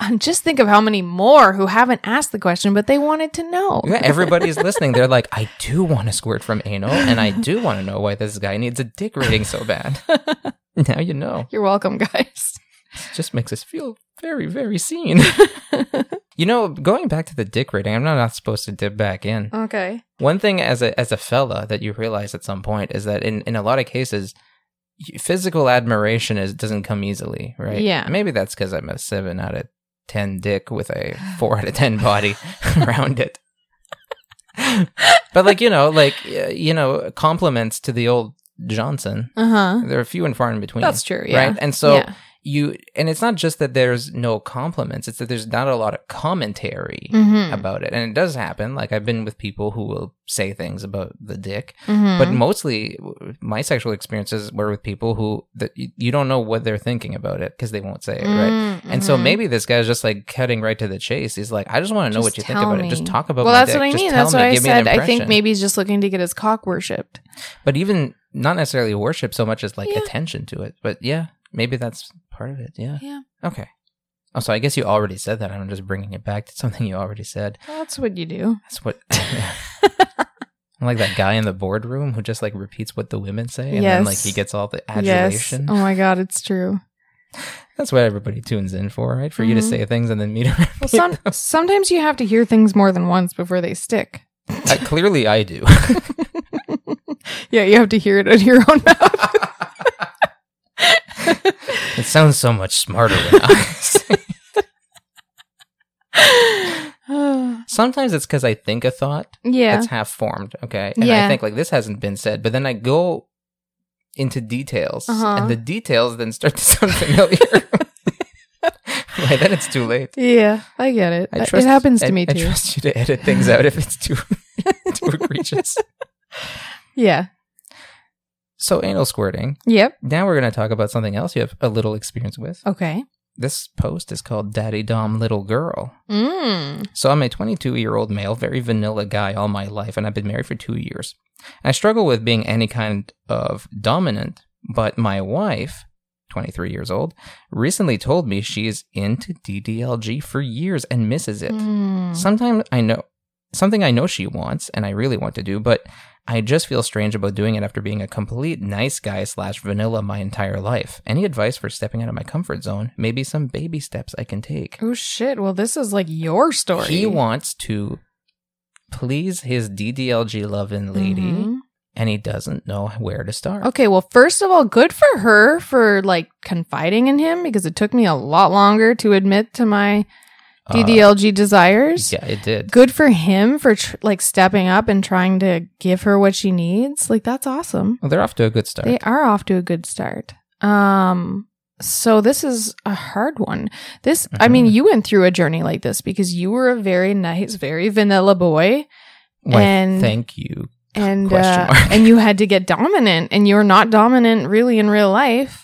And [LAUGHS] just think of how many more who haven't asked the question, but they wanted to know.
Yeah, everybody's listening. They're like, I do want to squirt from anal, and I do want to know why this guy needs a dick rating so bad. [LAUGHS] now you know.
You're
[LAUGHS]
welcome, guys.
It just makes us feel very, very seen. you know, going back to the dick rating, I'm not, not supposed to dip back in.
Okay.
One thing as a as a fella that you realize at some point is that in, in a lot of cases, y- physical admiration is doesn't come easily, right?
Yeah.
Maybe that's because I'm a seven out of ten dick with a four out of ten
[LAUGHS]
body around it. but like you know, like uh, you know, compliments to the old Johnson.
Uh huh.
They're few and far in between.
That's true. Yeah.
Right. And so
Yeah.
you, and it's not just that there's no compliments; it's that there's not a lot of commentary
Mhm.
about it. And it does happen. Like I've been with people who will say things about the dick,
Mhm.
but mostly w- my sexual experiences were with people who that y- you don't know what they're thinking about it because they won't say it, right?
Mm,
And so
mhm.
maybe this guy's just like cutting right to the chase. He's like, I just want to know
Just
what you think
tell
about it. Just
me.
talk about.
Well,
my
that's
dick.
what I
Just
mean.
tell
That's
me.
what I
Give me an
said. I think
impression."
maybe he's just looking to get his cock worshipped.
but even not necessarily worship so much as like
Yeah.
attention to it. But yeah, maybe that's part of it. Yeah.
Yeah.
Okay. Oh, so I guess you already said that. I'm just bringing it back to something you already said.
That's what you do.
That's what. [LAUGHS] I'm like that guy in the boardroom who just like repeats what the women say, and then like
Yes.
he gets all the
Yes.
adulation.
Oh my God, it's true.
That's what everybody tunes in for, right? For you to
Mhm.
say things and then me to repeat. [LAUGHS]
Well, some, sometimes you have to hear things more than once before they stick.
[LAUGHS] I, clearly, I do.
Yeah, you have to hear it in your own [LAUGHS]
[SIGHS]
mouth.
it sounds so much smarter when I say. it. Sometimes it's because I think a thought
yeah.
that's half formed, okay, and I
Yeah.
think like this hasn't been said, but then I go into details,
Uh-huh.
and the details then start to sound familiar. [LAUGHS] By then it's too late.
Yeah, I get it. That- it happens to
I-
me
I
too.
trust you to edit things out if it's too [LAUGHS] too egregious.
yeah.
So anal squirting.
Yep.
Now we're going to talk about something else you have a little experience with.
Okay.
This post is called "Daddy Dom Little Girl."
Mm.
So I'm a 22 year old male, very vanilla guy all my life, and I've been married for two years. I struggle with being any kind of dominant, but my wife, 23 years old, recently told me she is into DDLG for years and misses it.
Mm.
Sometimes I know. something I know she wants and I really want to do, but I just feel strange about doing it after being a complete nice guy slash vanilla my entire life. Any advice for stepping out of my comfort zone? Maybe some baby steps I can take.
Oh shit! Well, this is like your story.
He wants to please his DDLG loving lady,
Mhm.
and he doesn't know where to start.
Okay, well, first of all, good for her for like confiding in him because it took me a lot longer to admit to my
Uh,
DDLG desires.
yeah, it did.
Good for him for tr- like stepping up and trying to give her what she needs. Like that's awesome.
Well, they're off to a good start.
They are off to a good start. Um so this is a hard one. This I mean,
Mhm.
you went through a journey like this because you were a very nice, very vanilla boy
Why,
and-
thank you.
and
Question
uh,
mark.
and you had to get dominant and you're not dominant really in real life.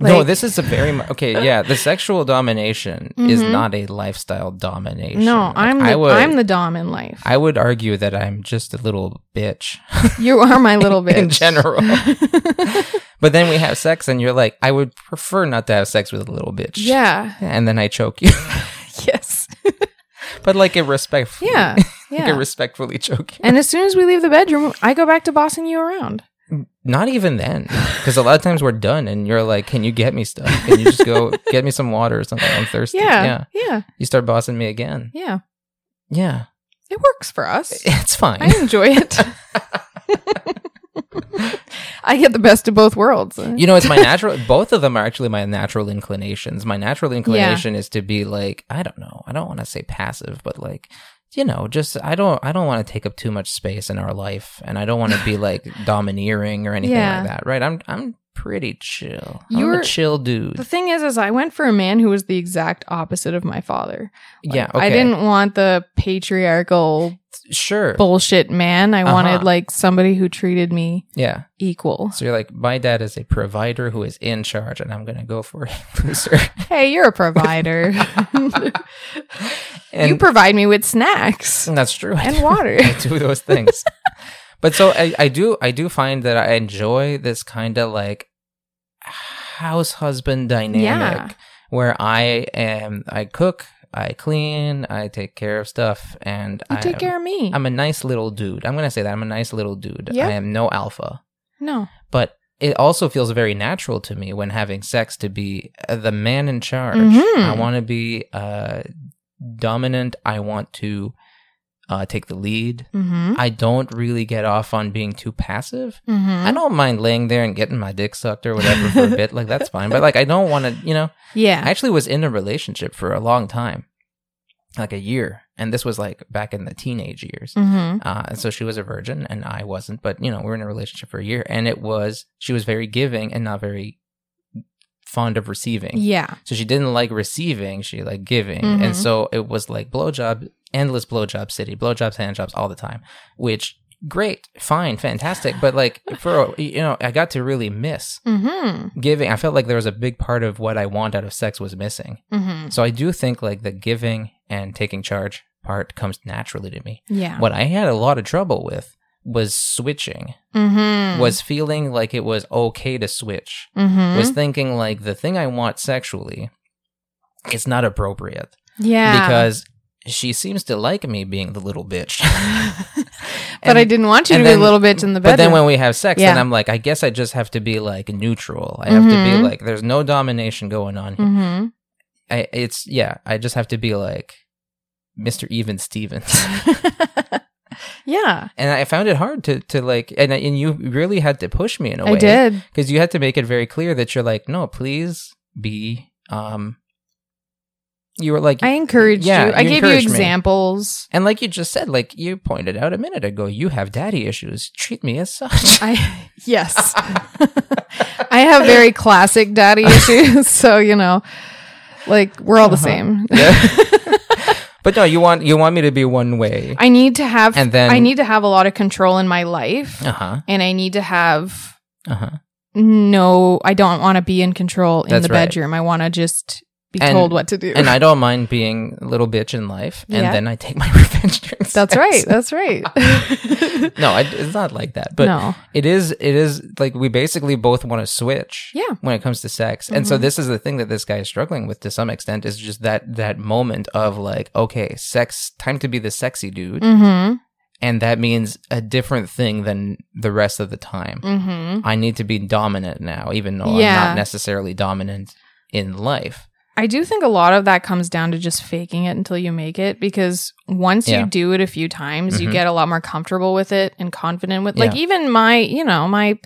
no,
Like-
this is a very mu-
[LAUGHS]
okay. Yeah, the sexual domination is
Mhm.
not a lifestyle domination.
No,
Like,
I'm
I
the,
would,
I'm the dom in life.
I would argue that I'm just a little bitch. [LAUGHS]
you are my little bitch
In
[LAUGHS]
general. but then we have sex, and you're like, I would prefer not to have sex with a little bitch.
yeah.
And then I choke you, [LAUGHS]
Yes.
but like it respectfully.
Yeah.
[LAUGHS] Like,
Yeah.
I respectfully choke you.
and as soon as we leave the bedroom, I go back to bossing you around.
Not even then, because a lot of times we're done, and you're like, "Can you get me stuff? Can you just
[LAUGHS]
go get me some water or something? I'm thirsty."
Yeah. Yeah. Yeah.
You start bossing me again. Yeah.
It works for us.
It's fine.
I enjoy it. [LAUGHS] I get the best of both worlds.
You know,
[LAUGHS]
it's my natural. both of them are actually my natural inclinations. My natural inclination is to be like, I don't know. I don't want to say passive, but like, you know, just I don't. I don't want to take up too much space in our life, and I don't want to
[LAUGHS]
be like domineering or anything
Yeah.
like that. Right? I'm. I'm pretty chill. I'm
You're-
a chill dude.
the thing is, is I went for a man who was the exact opposite of my father. Like,
yeah. Okay.
I didn't want the patriarchal
Sure.
bullshit man. I
Uh-huh.
wanted like somebody who treated me
yeah.
equal.
So you're like, my dad is a provider who is in charge, and I'm gonna go for [LAUGHS] a loser.
Hey, you're
[LAUGHS]
a provider.
and
you provide me with snacks
and that's true. I [LAUGHS]
and
do.
water.
I do those things. but so I, I do I do find that I enjoy this kind of like house husband dynamic
Yeah.
where I am I cook, I clean, I take care of stuff and
You
I
take
am-
care of me.
I'm a nice little dude. I'm going to say that I'm a nice little dude.
Yeah.
I am no alpha.
no.
But it also feels very natural to me when having sex to be uh, the man in charge.
Mhm.
I want to be uh, dominant. I want to uh, take the lead.
Mm-hmm.
I don't really get off on being too passive.
Mm-hmm.
I don't mind laying there and getting my dick sucked or whatever for a bit. Like, that's fine. But, like, I don't want to, you know,
Yeah.
I actually was in a relationship for a long time, like a year. And this was like back in the teenage years.
mm-hmm.
Uh, and so she was a virgin and I wasn't. But, you know, we were in a relationship for a year. And it was, she was very giving and not very fond of receiving.
Yeah.
So she didn't like receiving, she liked giving.
Mhm.
And so it was like blowjob, endless blowjob city, blowjobs, handjobs all the time, which great, fine, fantastic. But
[LAUGHS]
like for, a- you know, I got to really miss
Mm-hmm.
giving. I felt like there was a big part of what I want out of sex was missing.
Mm-hmm.
So I do think like the giving and taking charge part comes naturally to me.
Yeah.
What I had a lot of trouble with was switching,
Mm-hmm.
was feeling like it was okay to switch
mm-hmm.
was thinking like the thing I want sexually is not appropriate
yeah.
because she seems to like me being the little bitch.
[LAUGHS]
[LAUGHS]
but I didn't want you to
and
be
then-
a little bitch in the
But
bedroom.
then when we have sex, then
Yeah.
I'm like, I guess I just have to be like neutral. I have to be
Mhm.
like, there's no domination going on here.
mm-hmm.
I, it's yeah, I just have to be like Mr. Even
[LAUGHS]
Stevens.
yeah,
and I found it hard to to like, and I- and you really had to push me in a way.
I did.
because you had to make it very clear that you're like, no, please be. Um, you were like,
I encouraged
Yeah,
you. I
you
gave you
encouraged me.
examples.
And like you just said, like you pointed out a minute ago, you have daddy issues. Treat me as such.
[LAUGHS] I yes. I have very classic daddy issues, [LAUGHS] so you know, like we're all
Uh-huh.
the same.
[LAUGHS] Yeah. but no, you want you want me to be one way.
I need to have
And then-
I need to have a lot of control in my life
Uh huh.
and I need to have
Uh huh.
no I don't want to be in control in
That's
the
right.
bedroom. I want to just be
And-
told what to do.
And I don't mind being a little bitch in life, and
Yeah.
then I take my [LAUGHS] revenge during [LAUGHS]
that's
sex.
right. That's right.
No, I, it's not like that. But
no.
it is. It is like we basically both want to switch.
Yeah. Mm-hmm.
When it comes to sex, and so this is the thing that this guy is struggling with to some extent is just that that moment of like, okay, sex time to be the sexy dude,
Mm
and that means a different thing than the rest of the time.
hmm. Mm hmm.
I need to be dominant now, even though I'm
Yeah.
not necessarily dominant in life.
I do think a lot of that comes down to just faking it until you make it because once
Yeah.
you do it a few times, you
Mhm.
get a lot more comfortable with it and confident with like
Yeah.
even my, you know, my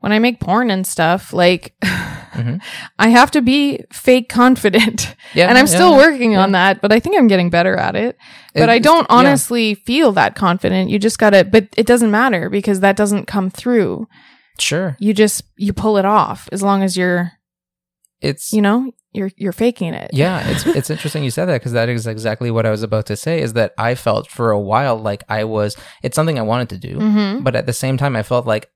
when I make porn and stuff, like [LAUGHS]
Mhm.
I have to be fake confident.
[LAUGHS] Yeah,
and I'm
yeah,
still
yeah.
working
yeah.
on that, but I think I'm getting better at it. But I
It's-
don't
yeah.
honestly feel that confident. You just got to but it doesn't matter because that doesn't come through.
Sure,
You just you pull it off as long as you're,
it's
you know, you're you're faking it.
Yeah, it's it's interesting you said that because that is exactly what I was about to say. Is that I felt for a while like I was. It's something I wanted to do,
Mhm.
but at the same time, I felt like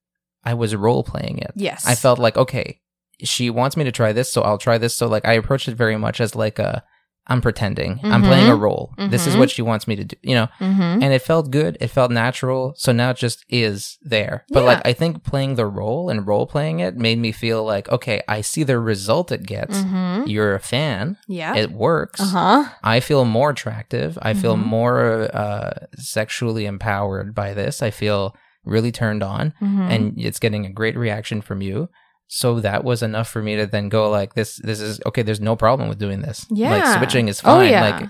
I was role playing it.
Yes.
I felt like okay, she wants me to try this, so I'll try this. So like I approached it very much as like a. I'm pretending. I'm playing a role. This is
Mhm.
what she wants me to do, you know.
Mm-hmm.
And it felt good. It felt natural. So now it just is there. But
Yeah.
like I think playing the role and role playing it made me feel like okay, I see the result it gets.
Mm-hmm.
You're a fan.
Yeah.
It works.
uh huh.
I feel more attractive. I feel
Mhm.
more uh, sexually empowered by this. I feel really turned on,
Mm-hmm.
and it's getting a great reaction from you. So that was enough for me to then go like this. This is okay. There's no problem with doing this.
Yeah.
like switching is
Oh,
fine.
yeah.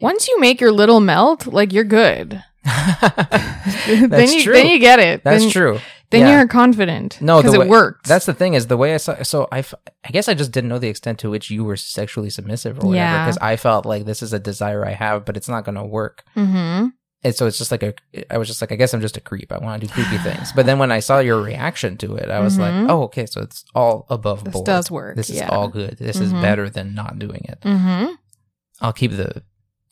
once you make your little melt, like you're good. [LAUGHS]
Like [LAUGHS]
then
That's
you
true.
then you get it.
that's
then,
true.
Then
Yeah.
you're confident.
No, the
because
way-
it worked.
That's the thing is the way I saw. So I, f- I guess I just didn't know the extent to which you were sexually submissive or whatever.
Yeah.
Because I felt like this is a desire I have, but it's not going to work.
mm-hmm.
and so it's just like a i was just like i guess i'm just a creep i want to do
[SIGHS]
creepy things but then when i saw your reaction to it i was
Mhm.
like oh okay so it's all above
This
board
does work.
this is
yeah.
all good this is
Mhm.
better than not doing it
Mm-hmm.
i'll keep the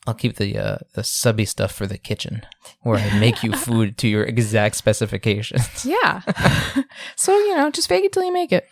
i'll keep the uh the subby stuff for the kitchen where i make
[LAUGHS]
you food to your exact [LAUGHS] specifications
Yeah. so you know, just fake it till you make it.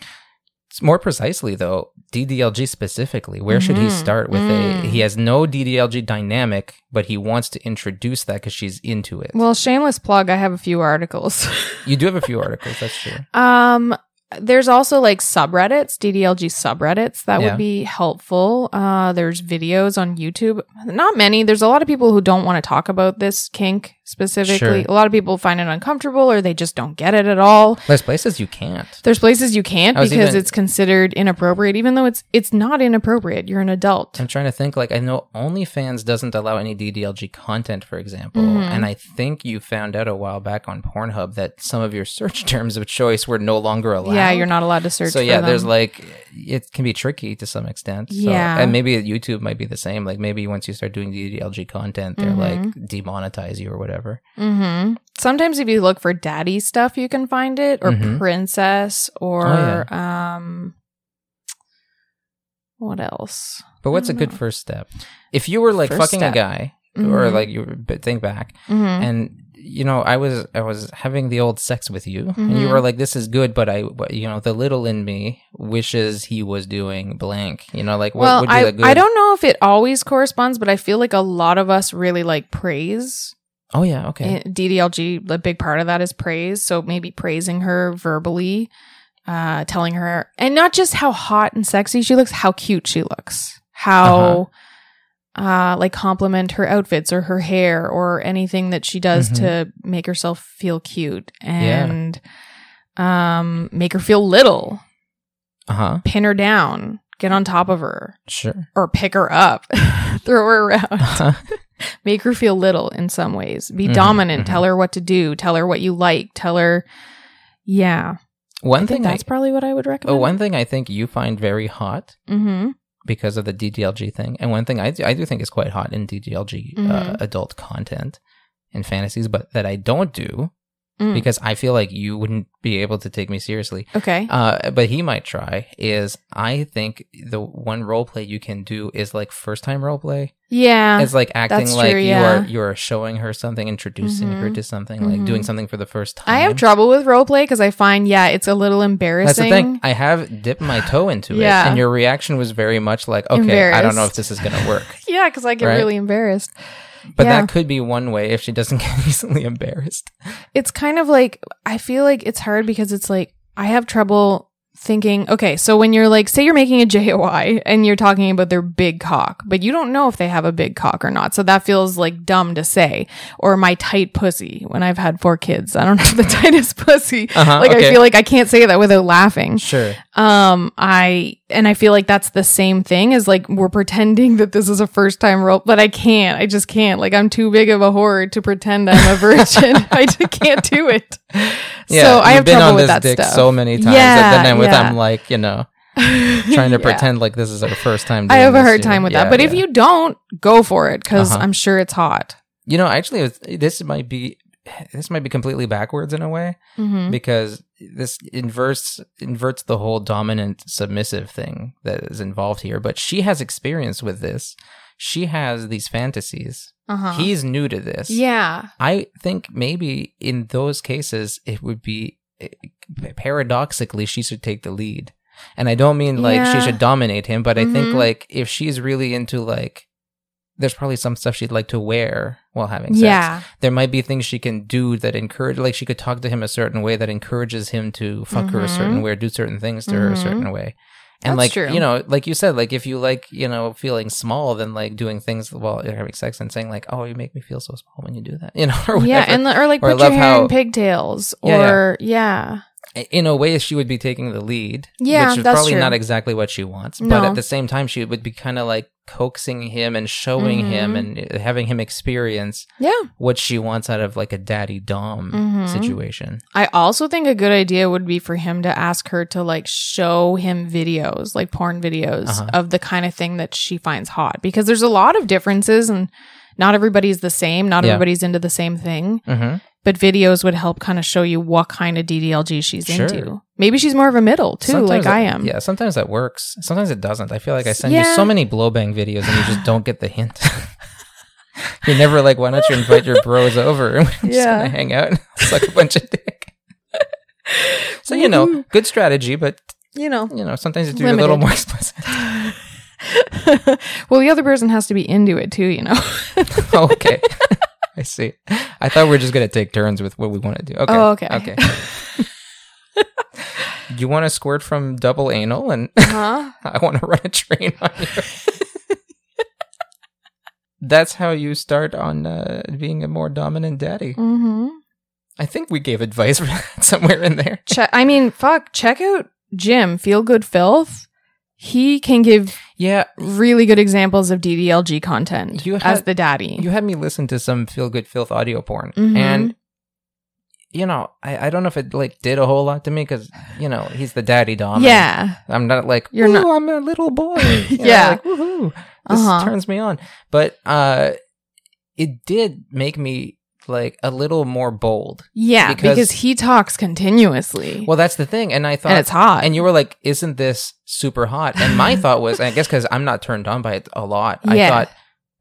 It's more precisely though ddlg specifically where should he
Mhm.
start with
Mm.
a he has no ddlg dynamic but he wants to introduce that because she's into it
Well, shameless plug. I have a few articles. [LAUGHS]
you do have a few articles that's true
Um, there's also like subreddits, DDLG subreddits that
Yeah.
would be helpful. Uh, there's videos on YouTube. Not many. There's a lot of people who don't want to talk about this kink specifically.
Sure.
A lot of people find it uncomfortable or they just don't get it at all.
there's places you can't
There's places you can't
I was
because
even-
it's considered inappropriate, even though it's it's not inappropriate. You're an adult.
I'm trying to think. Like, I know OnlyFans doesn't allow any DDLG content, for example.
Mhm.
And I think you found out a while back on Pornhub that some of your search [LAUGHS] terms of choice were no longer allowed.
Yeah, you're not allowed to search.
So
for
yeah, there's
them.
like it can be tricky to some extent. So,
Yeah.
and maybe YouTube might be the same. Like maybe once you start doing DDLG content, they're
Mhm.
like demonetize you or whatever. Mm-hmm.
hmm Sometimes if you look for daddy stuff, you can find it, or
Mhm.
princess, or
Oh,
um, what else?
But what's a
don't
good
know.
first step? If you were like
Mm-hmm. First
fucking
step. Mm-hmm.
a guy, or like you but think back,
Mhm.
and you know i was i was having the old sex with you and you
Mhm.
were like this is good but i but, you know the little in me wishes he was doing blank you know like what
well,
would be
I
the good
I don't know if it always corresponds, but I feel like a lot of us really like praise.
oh yeah okay
Eh, DDLG, a big part of that is praise. So maybe praising her verbally, uh, telling her, and not just how hot and sexy she looks, how cute she looks, how, uh like compliment her outfits or her hair or anything that she does to make herself feel cute and, um, make her feel little,
uh-huh
pin her down, get on top of her [LAUGHS]
sure
or pick her up, throw her around
uh-huh.
make her feel little in some ways be
Mhm,
dominant
mhm.
tell her what to do tell her what you like tell her yeah
[LAUGHS] one
i
thing
think that's
I,
probably what i would
oh,
recommend
one thing i think you find very hot
mm-hmm.
because of the DDLG thing. And one thing I do, I do think is quite hot in DDLG uh,
Mhm.
adult content and fantasies, but that I don't do
Mm.
because I feel like you wouldn't be able to take me seriously.
Okay.
Uh, but he might try. Is I think the one role play you can do is like first time role play.
yeah.
it's like acting
that's
like
true,
you
yeah.
are you are showing her something, introducing her
Mhm.
to something, like
Mhm.
doing something for the first time.
I have trouble with role play because I find, yeah, it's a little embarrassing.
That's the thing. I have dipped my toe into it,
Yeah.
and your reaction was very much like, "Okay, I don't know if this is gonna work."
yeah, because I get
Right?
really embarrassed.
But
Yeah.
that could be one way if she doesn't [LAUGHS] get easily embarrassed.
It's kind of like, I feel like it's hard because it's like, I have trouble thinking, okay, so when you're like, say you're making a [LAUGHS] JOI and you're talking about their big cock, but you don't know if they have a big cock or not. So that feels like dumb to say. Or my tight pussy when I've had four kids. I don't [LAUGHS] have the tightest pussy.
Uh-huh,
Like,
okay.
I feel like I can't say that without laughing.
Sure.
um i and i feel like that's the same thing as like we're pretending that this is a first time role but i can't i just can't like i'm too big of a whore to
[LAUGHS]
pretend i'm a virgin i just can't do it
Yeah,
so i
you've
have
been
trouble
on
with
this
that
dick
stuff
so many times
Yeah,
that then I'm with
yeah.
I'm like, you
[LAUGHS]
know, trying to
Yeah.
pretend like this is our first time.
i
doing
have a
this
hard
here.
time with
Yeah,
that but if
yeah.
you don't go for it because
Uh-huh.
i'm sure it's hot
you know, actually, it's- this might be this might be completely backwards in a way
mm-hmm.
because this inverts inverts the whole dominant submissive thing that is involved here. But she has experience with this. She has these fantasies.
uh-huh
He's new to this.
yeah
I think maybe in those cases it would be eh, paradoxically she should take the lead. And I don't mean like she
Yeah.
should dominate him, but I think
Mhm.
like if she's really into like there's probably some stuff she'd like to wear while having sex.
yeah
There might be things she can do that encourage like she could talk to him a certain way that encourages him to fuck her a certain
Mhm.
way or do certain things to her a
Mhm.
certain way. And
That's
like
true.
you know, like you said, like if you like, you know, feeling small, then like doing things while you're having sex and saying like, "Oh, you make me feel so small when you do that," [LAUGHS] you know, [LAUGHS] or whatever.
yeah and the, or like
Or I
put your
love
hair
how-
in pigtails
Yeah, yeah.
or yeah
in a way she would be taking the lead
Yeah,
which is
that's
probably
true.
not exactly what she wants but
No.
at the same time she would be kind of like coaxing him and showing him
Mm-hmm.
and uh, having him experience
yeah
what she wants out of like a daddy dom
Mhm.
situation
I also think a good idea would be for him to ask her to like show him videos, like porn videos
Uh-huh.
of the kind of thing that she finds hot because there's a lot of differences and not everybody's the same, not
Yeah.
everybody's into the same thing,
hmm
but videos would help kind of show you what kind of DDLG she's
Sure.
into. Maybe she's more of a middle too, like I am.
yeah sometimes that works sometimes it doesn't i feel like i send you
Yeah.
so many blowbang videos and you just don't get the hint [LAUGHS] you're never like why don't you invite your bros over [LAUGHS] and we're just
Yeah.
gonna hang out and [LAUGHS] suck a bunch of dick [LAUGHS] so you know
Woohoo.
good strategy but
You know.
you know, sometimes you do it a little
Limited.
more [LAUGHS] explicit.
well, the other person has to be into it too, you [LAUGHS] know.
oh, okay. [LAUGHS] I see. I thought we were just going to take turns with what we want to do. Okay.
Oh, okay. [LAUGHS]
Okay. you want to squirt from double anal, and
[LAUGHS] huh?
I [LAUGHS] want to run a train on you. [LAUGHS] That's how you start on uh, being a more dominant daddy.
Mhm.
I think we gave advice [LAUGHS] for that somewhere in there.
check I mean, fuck, check out Jim, Feel Good Filth. He can give
Yeah.
really good examples of DDLG content
You
as
had-
the daddy.
you had me listen to some feel good filth audio porn
Mhm.
and you know I, I don't know if it like did a whole lot to me because you know he's the daddy dom and
yeah.
i'm not like
You're
you're
not-
i'm a little [LAUGHS] boy You know,
Yeah.
like, woohoo this
Uh-huh.
turns me on but uh it did make me like a little more bold
Yeah.
Because-
Because, he talks continuously.
well that's the thing and i thought
and it's hot.
and you were like, "Isn't this super hot?" And
[LAUGHS]
my thought was, I guess because I'm not turned on by it a lot. I
Yeah.
thought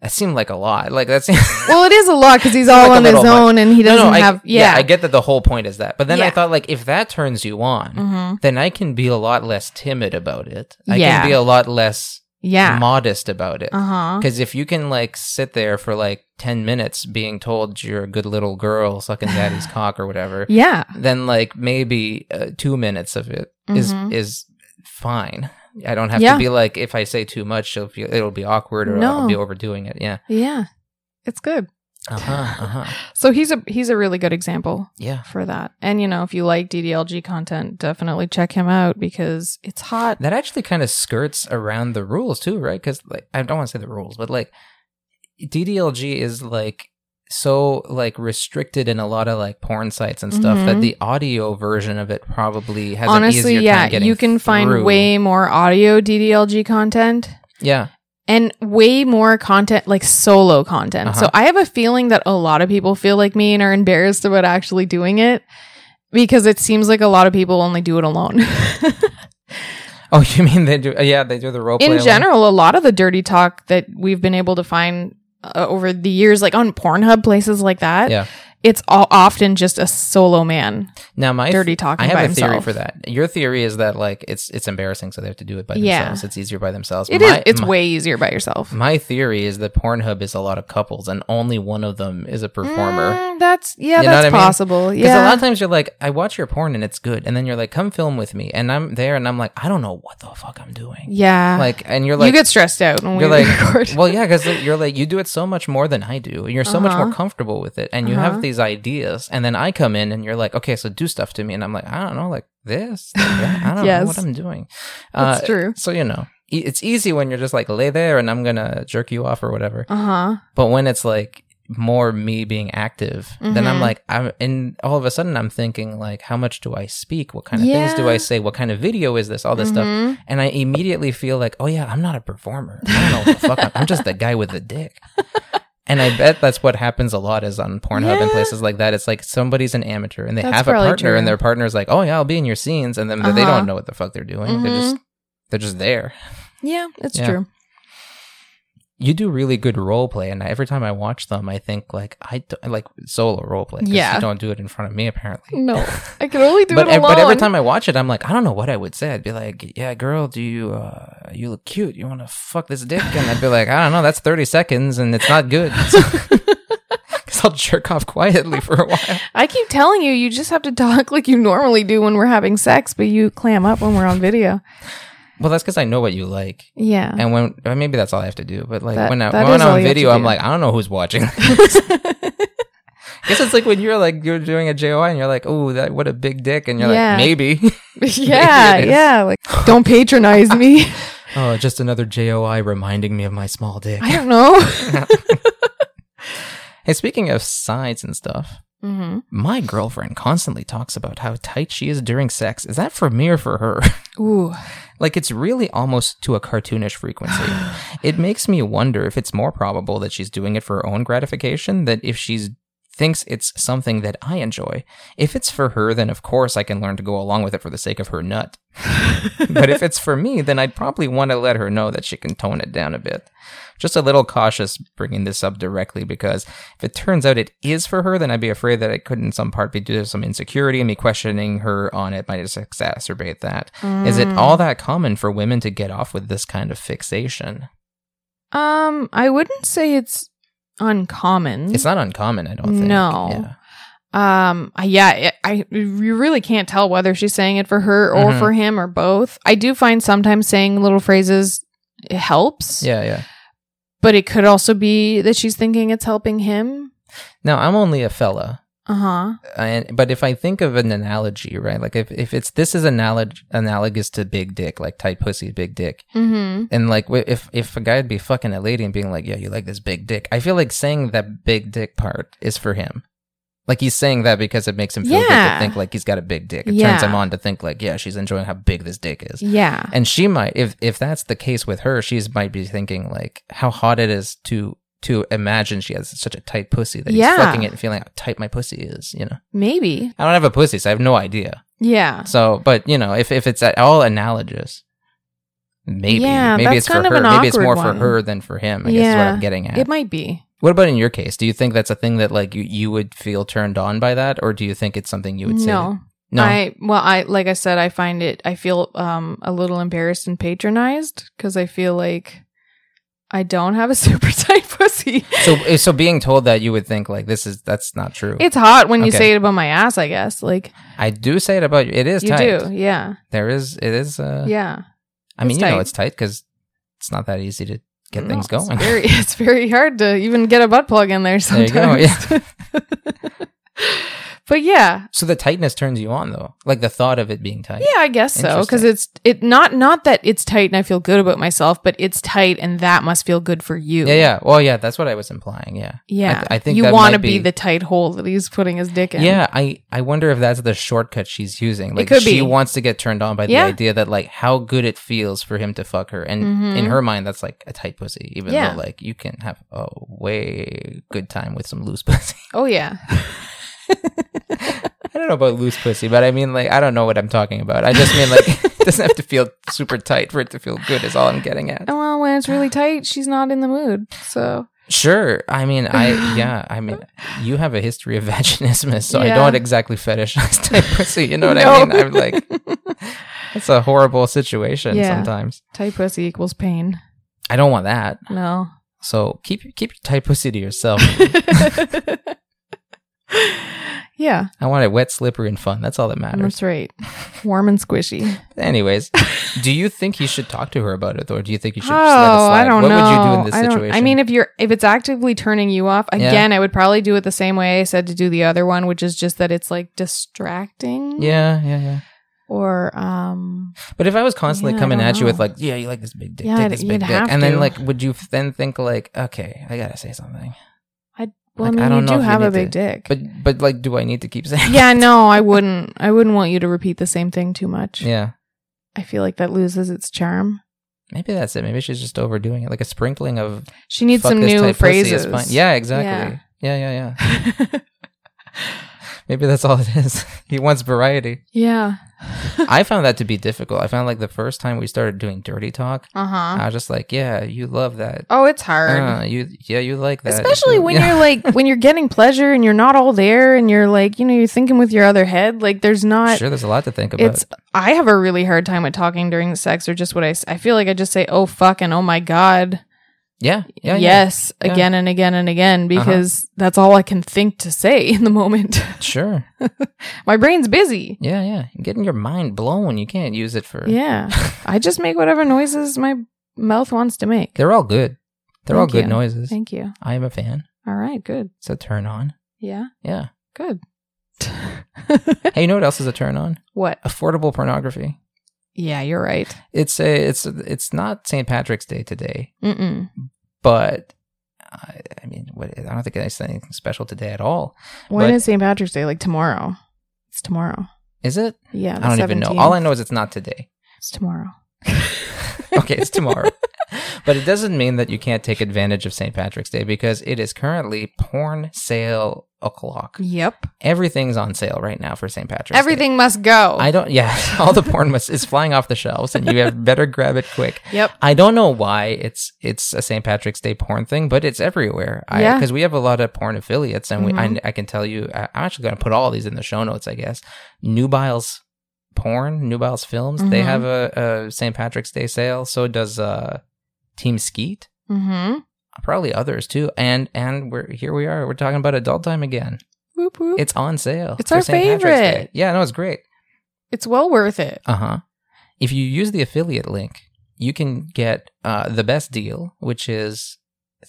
that seemed like a lot. Like that's [LAUGHS]
well, it is a lot because he's all
Like a
on his
little much.
own and he doesn't
I,
have.
yeah.
Yeah.
I get that the whole point is that. But then I
Yeah.
thought, like, if that turns you on,
Mhm.
then I can be a lot less timid about it. I
Yeah.
can be a lot less
Yeah.
modest about it.
Uh huh.
Because if you can, like, sit there for, like, 10 minutes being told you're a good little girl sucking
[SIGHS]
daddy's cock or whatever,
Yeah.
then, like, maybe uh, two minutes of it is
Mhm.
is fine. I don't have
Yeah.
to be like, if I say too much, it'll be, it'll be awkward or I'll
No.
be overdoing it. Yeah.
Yeah. It's good.
Uh
[SIGHS]
huh. Uh huh.
So he's a he's a really good example
Yeah.
for that. And you know, if you like DDLG content, definitely check him out because it's hot.
that actually kind of skirts around the rules too, right? Because like I don't want to say the rules, but like DDLG is like so like restricted in a lot of like porn sites and stuff that
Mhm.
the audio version of it probably has
honestly
an easier
yeah
time getting
you can find
through.
way more audio ddlg content
yeah
and way more content, like solo content. So
Uh-huh.
I have a feeling that a lot of people feel like me and are embarrassed about actually doing it because it seems like a lot of people only do it alone. [LAUGHS]
Oh, [LAUGHS] you mean they do? Yeah, they do the role play
in
along.
general, a lot of the dirty talk that we've been able to find uh, over the years, like on Pornhub, places like that,
Yeah.
it's all often just a solo man
Now my
dirty talking
I have
by
a
himself.
theory for that. Your theory is that like it's it's embarrassing, so they have to do it by
Yeah.
themselves. It's easier by themselves.
It is.
my,
It's
my, Mm.
way easier by yourself.
My theory is that Pornhub is a lot of couples, and only one of them is a performer.
Mm, that's yeah.
You know
that's
what I mean?
possible.
Because a lot of
Yeah.
times you're like, I watch your porn and it's good, and then you're like, come film with me, and I'm there, and I'm like, I don't know what the fuck I'm doing.
Yeah.
Like, and you're like,
you get stressed out when we
you're like,
[LAUGHS] record.
well, yeah, because you're like, you do it so much more than I do, and you're so much more
Uh-huh.
comfortable with it, and you
Uh-huh.
have these ideas, and then I come in, and you're like, okay, so do stuff to me, and I'm like, I don't know, like
[LAUGHS]
this, like that. I don't know
Yes.
what I'm doing. uh,
That's true.
So you know, e- it's easy when you're just like, lay there, and I'm gonna jerk you off or whatever.
Uh huh.
But when it's like more me being active, then
Mhm.
I'm like, I'm, and all of a sudden I'm thinking like, how much do I speak? What kind of things do
Yeah.
I say? What kind of video is this? All this stuff.
Mm-hmm.
And I immediately feel like, oh yeah, I'm not a performer. I don't know what the fuck. I'm, I'm just the guy with the dick. And I bet that's what happens a lot is on Pornhub and
Yeah.
places like that. It's like somebody's an amateur and they
That's
have a
probably
partner
true.
and their partner's like, oh yeah, I'll be in your scenes. And then they
Uh-huh. Mm-hmm.
don't know what the fuck they're doing. They're just, they're just there.
Yeah, it's
Yeah.
true.
you do really good role play and every time i watch them i think like i do, like solo role play 'cause
Yeah.
you don't do it in front of me apparently
No, I can only do
but,
it
ev-
alone.
but every time i watch it i'm like i don't know what i would say i'd be like yeah girl do you uh you look cute you want to fuck this dick and i'd be like i don't know that's 30 seconds and it's not good [LAUGHS] because i'll jerk off quietly for a while
I keep telling you, you just have to [LAUGHS] talk like you normally do when we're having sex, but you clam up when we're on video.
well that's because i know what you like
Yeah.
and when well, maybe that's all I have to do, but like
That-
when I
that
when
is all
I'm on
you have to
video, I'm
do.
like I don't know who's
[LAUGHS]
watching. [LAUGHS] Guess it's like when you're like you're doing a JOI and you're like, oh, that what a big dick, and you're
Yeah.
like maybe,
[LAUGHS]
[LAUGHS]
yeah,
It is.
yeah. Like, don't patronize me. [LAUGHS]
oh, just another JOI reminding me of my small dick.
I don't know.
hey, speaking of sides and stuff,
mm-hmm.
my girlfriend constantly talks about how tight she is during sex. Is that for me or for her?
Ooh.
Like it's really almost to a cartoonish frequency. it makes me wonder if it's more probable that she's doing it for her own gratification than if she's thinks it's something that I enjoy. If it's for her, then of course I can learn to go along with it for the sake of her nut. but if it's for me, then I'd probably want to let her know that she can tone it down a bit. Just a little cautious bringing this up directly because if it turns out it is for her, then I'd be afraid that it could in some part be due to some insecurity and me questioning her on it might just exacerbate that. Is it all
Mm.
that common for women to get off with this kind of fixation?
Um, I wouldn't say it's uncommon.
It's not uncommon, I don't think.
No.
Yeah.
Um, I- yeah, it, I you really can't tell whether she's saying it for her or
Mhm.
for him or both. I do find sometimes saying little phrases it helps,
Yeah, yeah.
but it could also be that she's thinking it's helping him.
Now, I'm only a fella.
Uh huh.
And, but if I think of an analogy, right? Like if, if it's this is analog, analogous to big dick, like tight pussy, big dick,
Mm-hmm.
and like wi- if if a guy'd be fucking a lady and being like, yeah, you like this big dick, I feel like saying that big dick part is for him. Like he's saying that because it makes him feel good
Yeah.
to think like he's got a big dick. It turns
Yeah.
him on to think like, yeah, she's enjoying how big this dick is.
Yeah.
and she might if if that's the case with her she's might be thinking like how hot it is to to imagine she has such a tight pussy that
Yeah.
he's fucking it and feeling how tight my pussy is you know
Maybe.
i don't have a pussy so i have no idea
Yeah.
so but you know if if it's at all analogous maybe
Yeah,
maybe
that's
it's for
kind of
her
an
maybe it's more
awkward one.
for her than for him i guess is what
Yeah.
i'm getting at
It might be.
what about in your case do you think that's a thing that like you, you would feel turned on by that or do you think it's something you would say
no.
no
I well, I like I said, I find it. I feel um a little embarrassed and patronized because I feel like I don't have a [LAUGHS] super tight pussy.
so eh, so being told that you would think like this is that's not true
It's hot when you
Okay.
say it about my ass, I guess. Like
i do say it about you it is
you
tight
do. Yeah.
There is, it is. Uh,
yeah.
I mean,
it's
you know,
tight.
it's tight because it's not that easy to get
No,
things going.
It's very, [LAUGHS] it's very hard to even get a butt plug in there
There you
sometimes.
go,
yeah. [LAUGHS] But yeah,
[LAUGHS] So the tightness turns you on though, like the thought of it being tight.
Yeah, I guess so. Because it's it not not that it's tight and I feel good about myself, but it's tight and that must feel good for you.
Yeah, yeah. Well, yeah, that's what I was implying. Yeah.
Yeah.
I th- I think
you
that
want to
might
be,
be-
the tight hole that he's putting his dick in.
Yeah, I, I wonder if that's the shortcut she's using. Like
could
she
be.
wants to get turned on by
Yeah.
the idea that like how good it feels for him to fuck her, and in her mind that's like a tight pussy, even
Mm-hmm. Yeah.
though like you can have a way good time with some loose [LAUGHS] pussy.
Oh yeah.
I don't know about loose pussy, but I mean like I don't know what I'm talking about. I just
[LAUGHS]
mean like it doesn't have to feel super tight for it to feel good. Is all I'm getting at.
And well, when it's really tight, she's not in the mood. So
Sure. I mean,
[GASPS]
I yeah. I mean, you have a history of [LAUGHS] vaginismus, so I
Yeah.
don't exactly fetishize type [LAUGHS] pussy. You know what
No.
I mean? I'm
[LAUGHS]
like, it's a horrible situation
Yeah.
sometimes.
tight pussy equals pain.
I don't want that.
No.
So keep keep your tight pussy to yourself.
yeah,
I want it wet, slippery, and fun. That's all that
[LAUGHS]
matters.
that's right. Warm and squishy.
Anyways, do you think he should talk to her about it, or do [LAUGHS] you think he should?
oh,
just let it slide?
I don't
what
know.
would you do in this
I don't-
situation?
I mean, if you're if it's actively turning you off,
Yeah.
again, I would probably do it the same way I said to do the other one, which is just that it's like distracting.
yeah, yeah, yeah.
Or um,
But if I was constantly
Yeah, I
coming
don't
at you with
know.
like, yeah, you like this big dick,
Yeah,
take
I'd-
this
you'd
big dick,
have
and then
to.
like, would you then think like, okay, I gotta say something?
well,
Like,
I mean,
I don't
you
know
do
if you
have a
need
big
to-
dick.
But but like, do I need to keep saying?
[LAUGHS] yeah, no, I wouldn't. I wouldn't want you to repeat the same thing too
[LAUGHS]
much.
yeah.
I feel like that loses its charm.
Maybe that's it. Maybe she's just overdoing it, like a sprinkling of
She needs
"Fuck
some
this
new
tight pussy is
phrases.
fine." Yeah, exactly. Yeah. yeah, yeah,
[LAUGHS]
Maybe that's all it is. [LAUGHS] he wants variety.
yeah.
I found that to be difficult. I found like the first time we started doing dirty talk,
Uh huh.
I was just like, yeah, you love that.
Oh, it's hard.
Uh, you yeah, you like that.
especially
[LAUGHS]
when you're like when you're getting pleasure and you're not all there and you're like you know you're thinking with your other head like there's not
sure, there's a lot to think about.
it's i have a really hard time with talking during sex or just what i s- i feel like i just say oh fuck and oh my god
yeah, yeah, yeah.
yes
yeah. Uh-huh.
again and again and again because that's all i can think to say [LAUGHS] in the moment
Sure.
my brain's busy
Yeah, yeah. Getting your mind blown. You can't use it for.
[LAUGHS] yeah i just make whatever noises my mouth wants to make
They're all good. They're all
Thank
good
you.
noises.
thank you
I am a fan.
all right good
It's a turn on.
yeah
Yeah.
good
Hey, you know what else is a turn on?
what
Affordable pornography.
yeah you're right
It's a, it's it's not St. Patrick's Day today,
Mm-mm.
but I, I mean, what, I don't think it's anything special today at all.
When
But-
is St. Patrick's Day? Like tomorrow. It's tomorrow.
Is it?
Yeah,
I
the
don't even know.
17th.
All I know is it's not today.
It's tomorrow.
Okay, it's tomorrow. but it doesn't mean that you can't take advantage of St. Patrick's Day because it is currently porn sale o'clock.
Yep.
Everything's on sale right now for St. Patrick's Day.
Everything must go.
I don't. Yeah, [LAUGHS] all the porn must is flying off the shelves, and you have better grab it quick.
Yep.
I don't know why it's it's a St. Patrick's Day porn thing, but it's everywhere. I
Yeah.
Because we have a lot of porn affiliates, and we
Mhm.
I, I can tell you, I, I'm actually going to put all these in the show notes, I guess. Nubiles Porn, Nubiles Films, they
Mhm.
have a, a St. Patrick's Day sale. So does uh, Team Skeet,
mm-hmm.
probably others too. And and we're here we are. We're talking about adult time again.
Whoop, whoop. It's,
It's on sale.
It's
for
our
St. Patrick's Day.
favorite.
Yeah, no, it's great.
well worth it.
Uh huh. If you use the affiliate link, you can get uh, the best deal, which is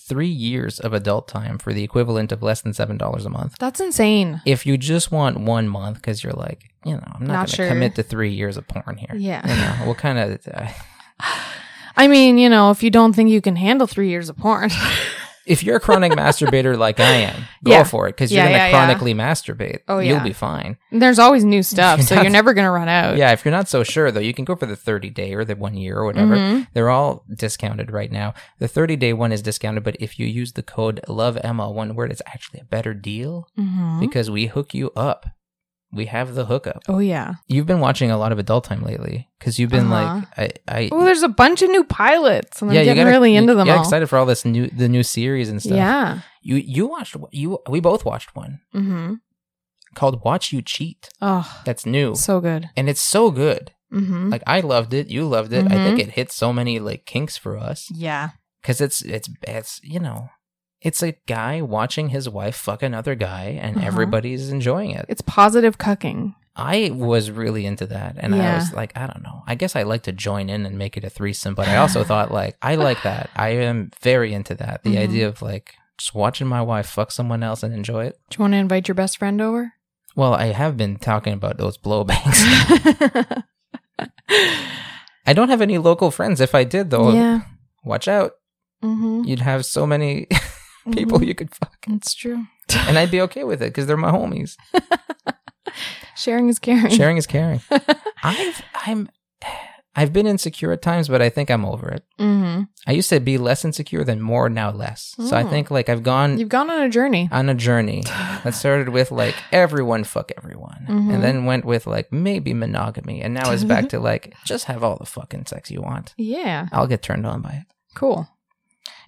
three years of adult time for the equivalent of less than seven dollars a month.
That's insane.
If you just want one month, because you're like, you know, I'm not,
Not
going to
sure.
commit to three years of porn here.
Yeah.
You know, what kind of? Uh,
[LAUGHS] I mean, you know, if you don't think you can handle three years of porn. [LAUGHS]
if you're a chronic masturbator like I am, go
Yeah.
for it because
Yeah,
you're going to
yeah, yeah.
chronically masturbate.
Oh,
You'll
yeah.
be fine.
There's always new stuff, so [LAUGHS]
You're
you're
not-
never gonna run out.
Yeah, if you're not so sure though, you can go for the 30 day or the one year or whatever.
Mhm.
They're all discounted right now. The 30 day one is discounted, but if you use the code Love Emma, one word, it's actually a better deal
Mhm.
because we hook you up. We have the hookup.
Oh yeah.
You've been watching a lot of Adult Time lately because you've been
Uh-huh.
like, I, I
Oh, there's a bunch of new pilots, and I'm
you
getting
gotta-
really
you
into them
got
all.
excited for all this new, the new series and stuff.
Yeah.
you you watched you we both watched one
Mm-hmm.
called Watch You Cheat.
Oh,
That's new,
so good.
and it's so good.
Mm-hmm.
Like I loved it, you loved it. I
Mhm.
think it hit so many like kinks for us.
Yeah.
because it's it's it's you know it's a guy watching his wife fuck another guy and
Uh-huh.
everybody's enjoying it
It's positive cucking.
i was really into that and i
Yeah.
was like i don't know i guess i like to join in and make it a threesome but i
[LAUGHS]
also thought like i like that i am very into that the
Mhm.
idea of like just watching my wife fuck someone else and enjoy it
[LAUGHS] Do you want to invite your best friend over?
Well, I have been talking about those blowbacks. [LAUGHS]
uh,
I don't have any local friends. If I did, though,
yeah.
watch out.
Mm-hmm.
You'd have so many people you could fuck.
It's true.
And I'd be okay with it because they're my homies.
Sharing is caring.
Sharing is caring. I've I'm I've been insecure at times, but I think I'm over it.
Mm-hmm.
I used to be less insecure than more, now less. So I
Mm.
think like I've gone
You've gone on a journey.
on a journey that started with like everyone fuck everyone,
Mhm.
and then went with like maybe monogamy, and now it's back to like just have all the fucking sex you want.
yeah.
I'll get turned on by it.
Cool.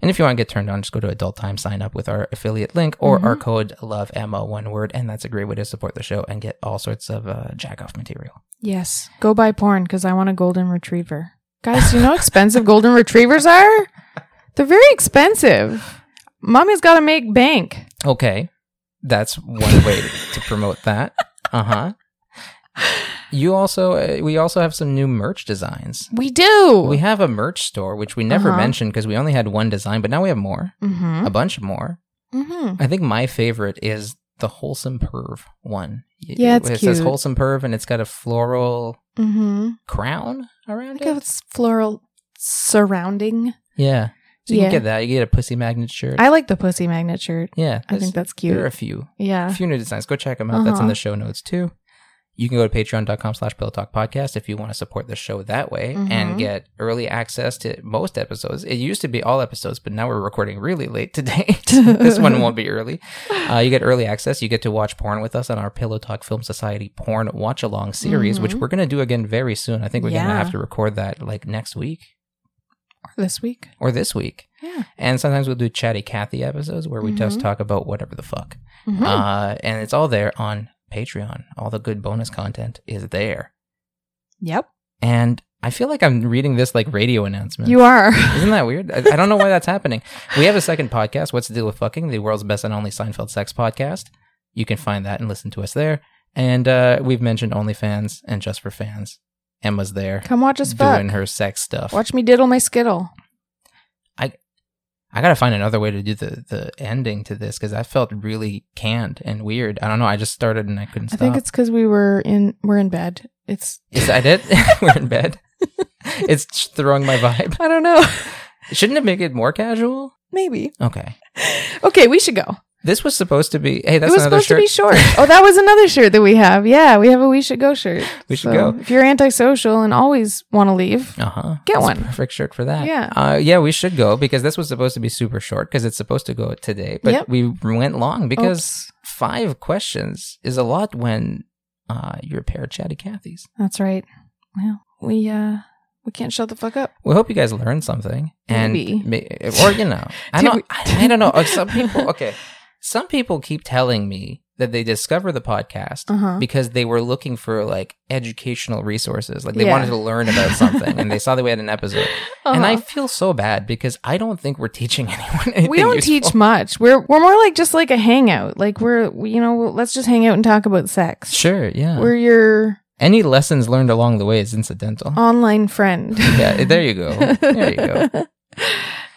And if you want to get turned on, just go to Adult Time, sign up with our affiliate link or
Mhm.
our code Love Emma one word, and that's a great way to support the show and get all sorts of uh, jack off material.
Yes. Go buy porn because I want a golden retriever. Guys, you know how expensive golden retrievers are? They're very expensive. Mommy's got to make bank.
Okay. That's one way to promote that. Uh huh. You also, uh, we also have some new merch designs.
We do.
We have a merch store, which we never
Uh-huh.
mentioned because we only had one design, but now we have more,
mm-hmm.
a bunch more.
Mm-hmm.
I think my favorite is the Wholesome Perv one. Y-
Yeah, it's
It says
cute.
Wholesome Perv and it's got a floral
Mm-hmm.
crown around
Look how
it.
it's floral surrounding.
Yeah. So you
Yeah.
can get that. You can get a pussy magnet shirt.
I like the pussy magnet shirt.
yeah.
I
there's-
think that's
There are a few.
cute. Yeah.
a few new designs. Go check them out. That's in
Uh-huh.
the show notes too. You can go to patreon.com slash pillow talk podcast if you want to support the show that way
Mhm.
and get early access to most episodes. It used to be all episodes, but now we're recording really late today. [LAUGHS] this one won't be early. Uh, you get early access. You get to watch porn with us on our Pillow Talk Film Society porn watch along series, which
Mhm.
we're going to do again very soon. I think we're going to
Yeah.
have to record that like next week
This week.
or this week.
Yeah.
And sometimes we'll do Chatty Cathy episodes where we just
Mhm.
talk about whatever the fuck.
Mhm.
Uh, and it's all there on Patreon. All the good bonus content is there.
yep.
And I feel like I'm reading this like radio announcement.
You are.
Isn't that weird? I, I don't know why that's happening. We have a second podcast, What's the Deal with Fucking, the world's best and only Seinfeld sex podcast. You can find that and listen to us there. And uh, we've mentioned OnlyFans and Just for Fans. Emma's there
Come watch us
doing
fuck.
her sex stuff.
Watch me diddle my skittle.
I gotta find another way to do the, the ending to this because that felt really canned and weird. I don't know. I just started and I couldn't
I
stop.
think it's because we were in we're in bed. It's
Is that it? [LAUGHS] We're in bed. it's throwing my vibe.
I don't know. [LAUGHS]
Shouldn't it make it more casual?
Maybe.
Okay.
Okay, we should go.
This was supposed to be. Hey, that's
it was
another
supposed
shirt.
to be short. Oh, that was another shirt that we have. Yeah, we have a we should go shirt.
We should go.
If you're antisocial and always want to leave,
uh huh.
Get
It's a
one.
perfect shirt for that.
Yeah.
Uh, yeah, we should go because this was supposed to be super short because it's supposed to go today, but
Yep.
we went long because
Oops.
five questions is a lot when uh, you're a pair of chatty Cathys.
that's right. Well, we uh we can't shut the fuck up.
We hope you guys learned something, and
Maybe.
ma- or you
[LAUGHS]
know, I
Did
don't,
we-
I, I don't know. Uh,
[LAUGHS]
Some people, okay, some people keep telling me that they discover the podcast
Uh-huh.
because they were looking for like educational resources, like they
Yeah.
wanted to learn about something, and they saw that we had an episode.
Uh-huh.
And I feel so bad because I don't think we're teaching [LAUGHS] anyone. Anything
we don't
useful.
teach much. We're we're more like just like a hangout. Like we're we- you know let's just hang out and talk about sex.
[LAUGHS] Sure, yeah.
We're your
Any lessons learned along the way is incidental.
online friend.
Yeah, there you go. There you
[LAUGHS]
go.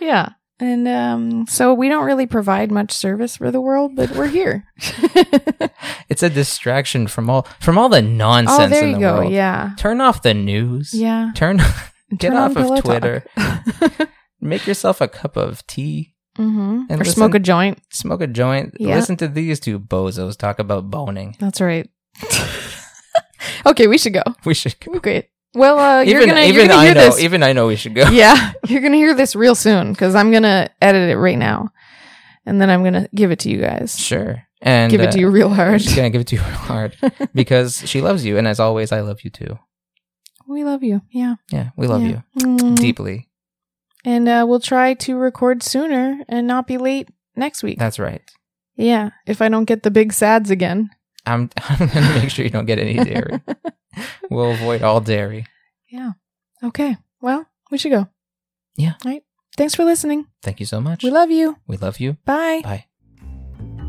yeah. And um, so we don't really provide much service for the world, but we're here.
It's a distraction from all from all the nonsense
oh, there
in
you
the
go.
world.
Yeah.
Turn off the news.
Yeah. [LAUGHS]
Turn get
Turn
off
on Pillow
of
Talk.
Twitter. [LAUGHS] Make yourself a cup of tea.
Mhm. Or
And
smoke
listen-
a joint.
Smoke a joint.
Yeah.
Listen to these two bozos talk about boning. [LAUGHS]
That's right. [LAUGHS] okay, we should go.
We should go.
Great. Well, uh, you're
even
gonna
even
you're gonna
I
hear
know
this.
even I know we should [LAUGHS]
[LAUGHS]
go.
yeah, you're gonna hear this real soon because I'm gonna edit it right now, and then I'm gonna give it to you guys.
Sure. And uh,
give it to you real hard.
She's [LAUGHS] gonna give it to you real hard because she loves you, and as always, I love you too.
[LAUGHS] We love you. Yeah.
Yeah, we love
Yeah.
you
Mm.
deeply.
And uh, we'll try to record sooner and not be late next week.
That's right.
yeah, if I don't get the big sads again.
I'm [LAUGHS] I'm gonna make sure you don't get any
[LAUGHS]
dairy. we'll avoid all dairy.
Okay. Well, we should go.
Yeah.
All right. Thanks for listening.
Thank you so much.
We love you.
we love you.
Bye.
Bye.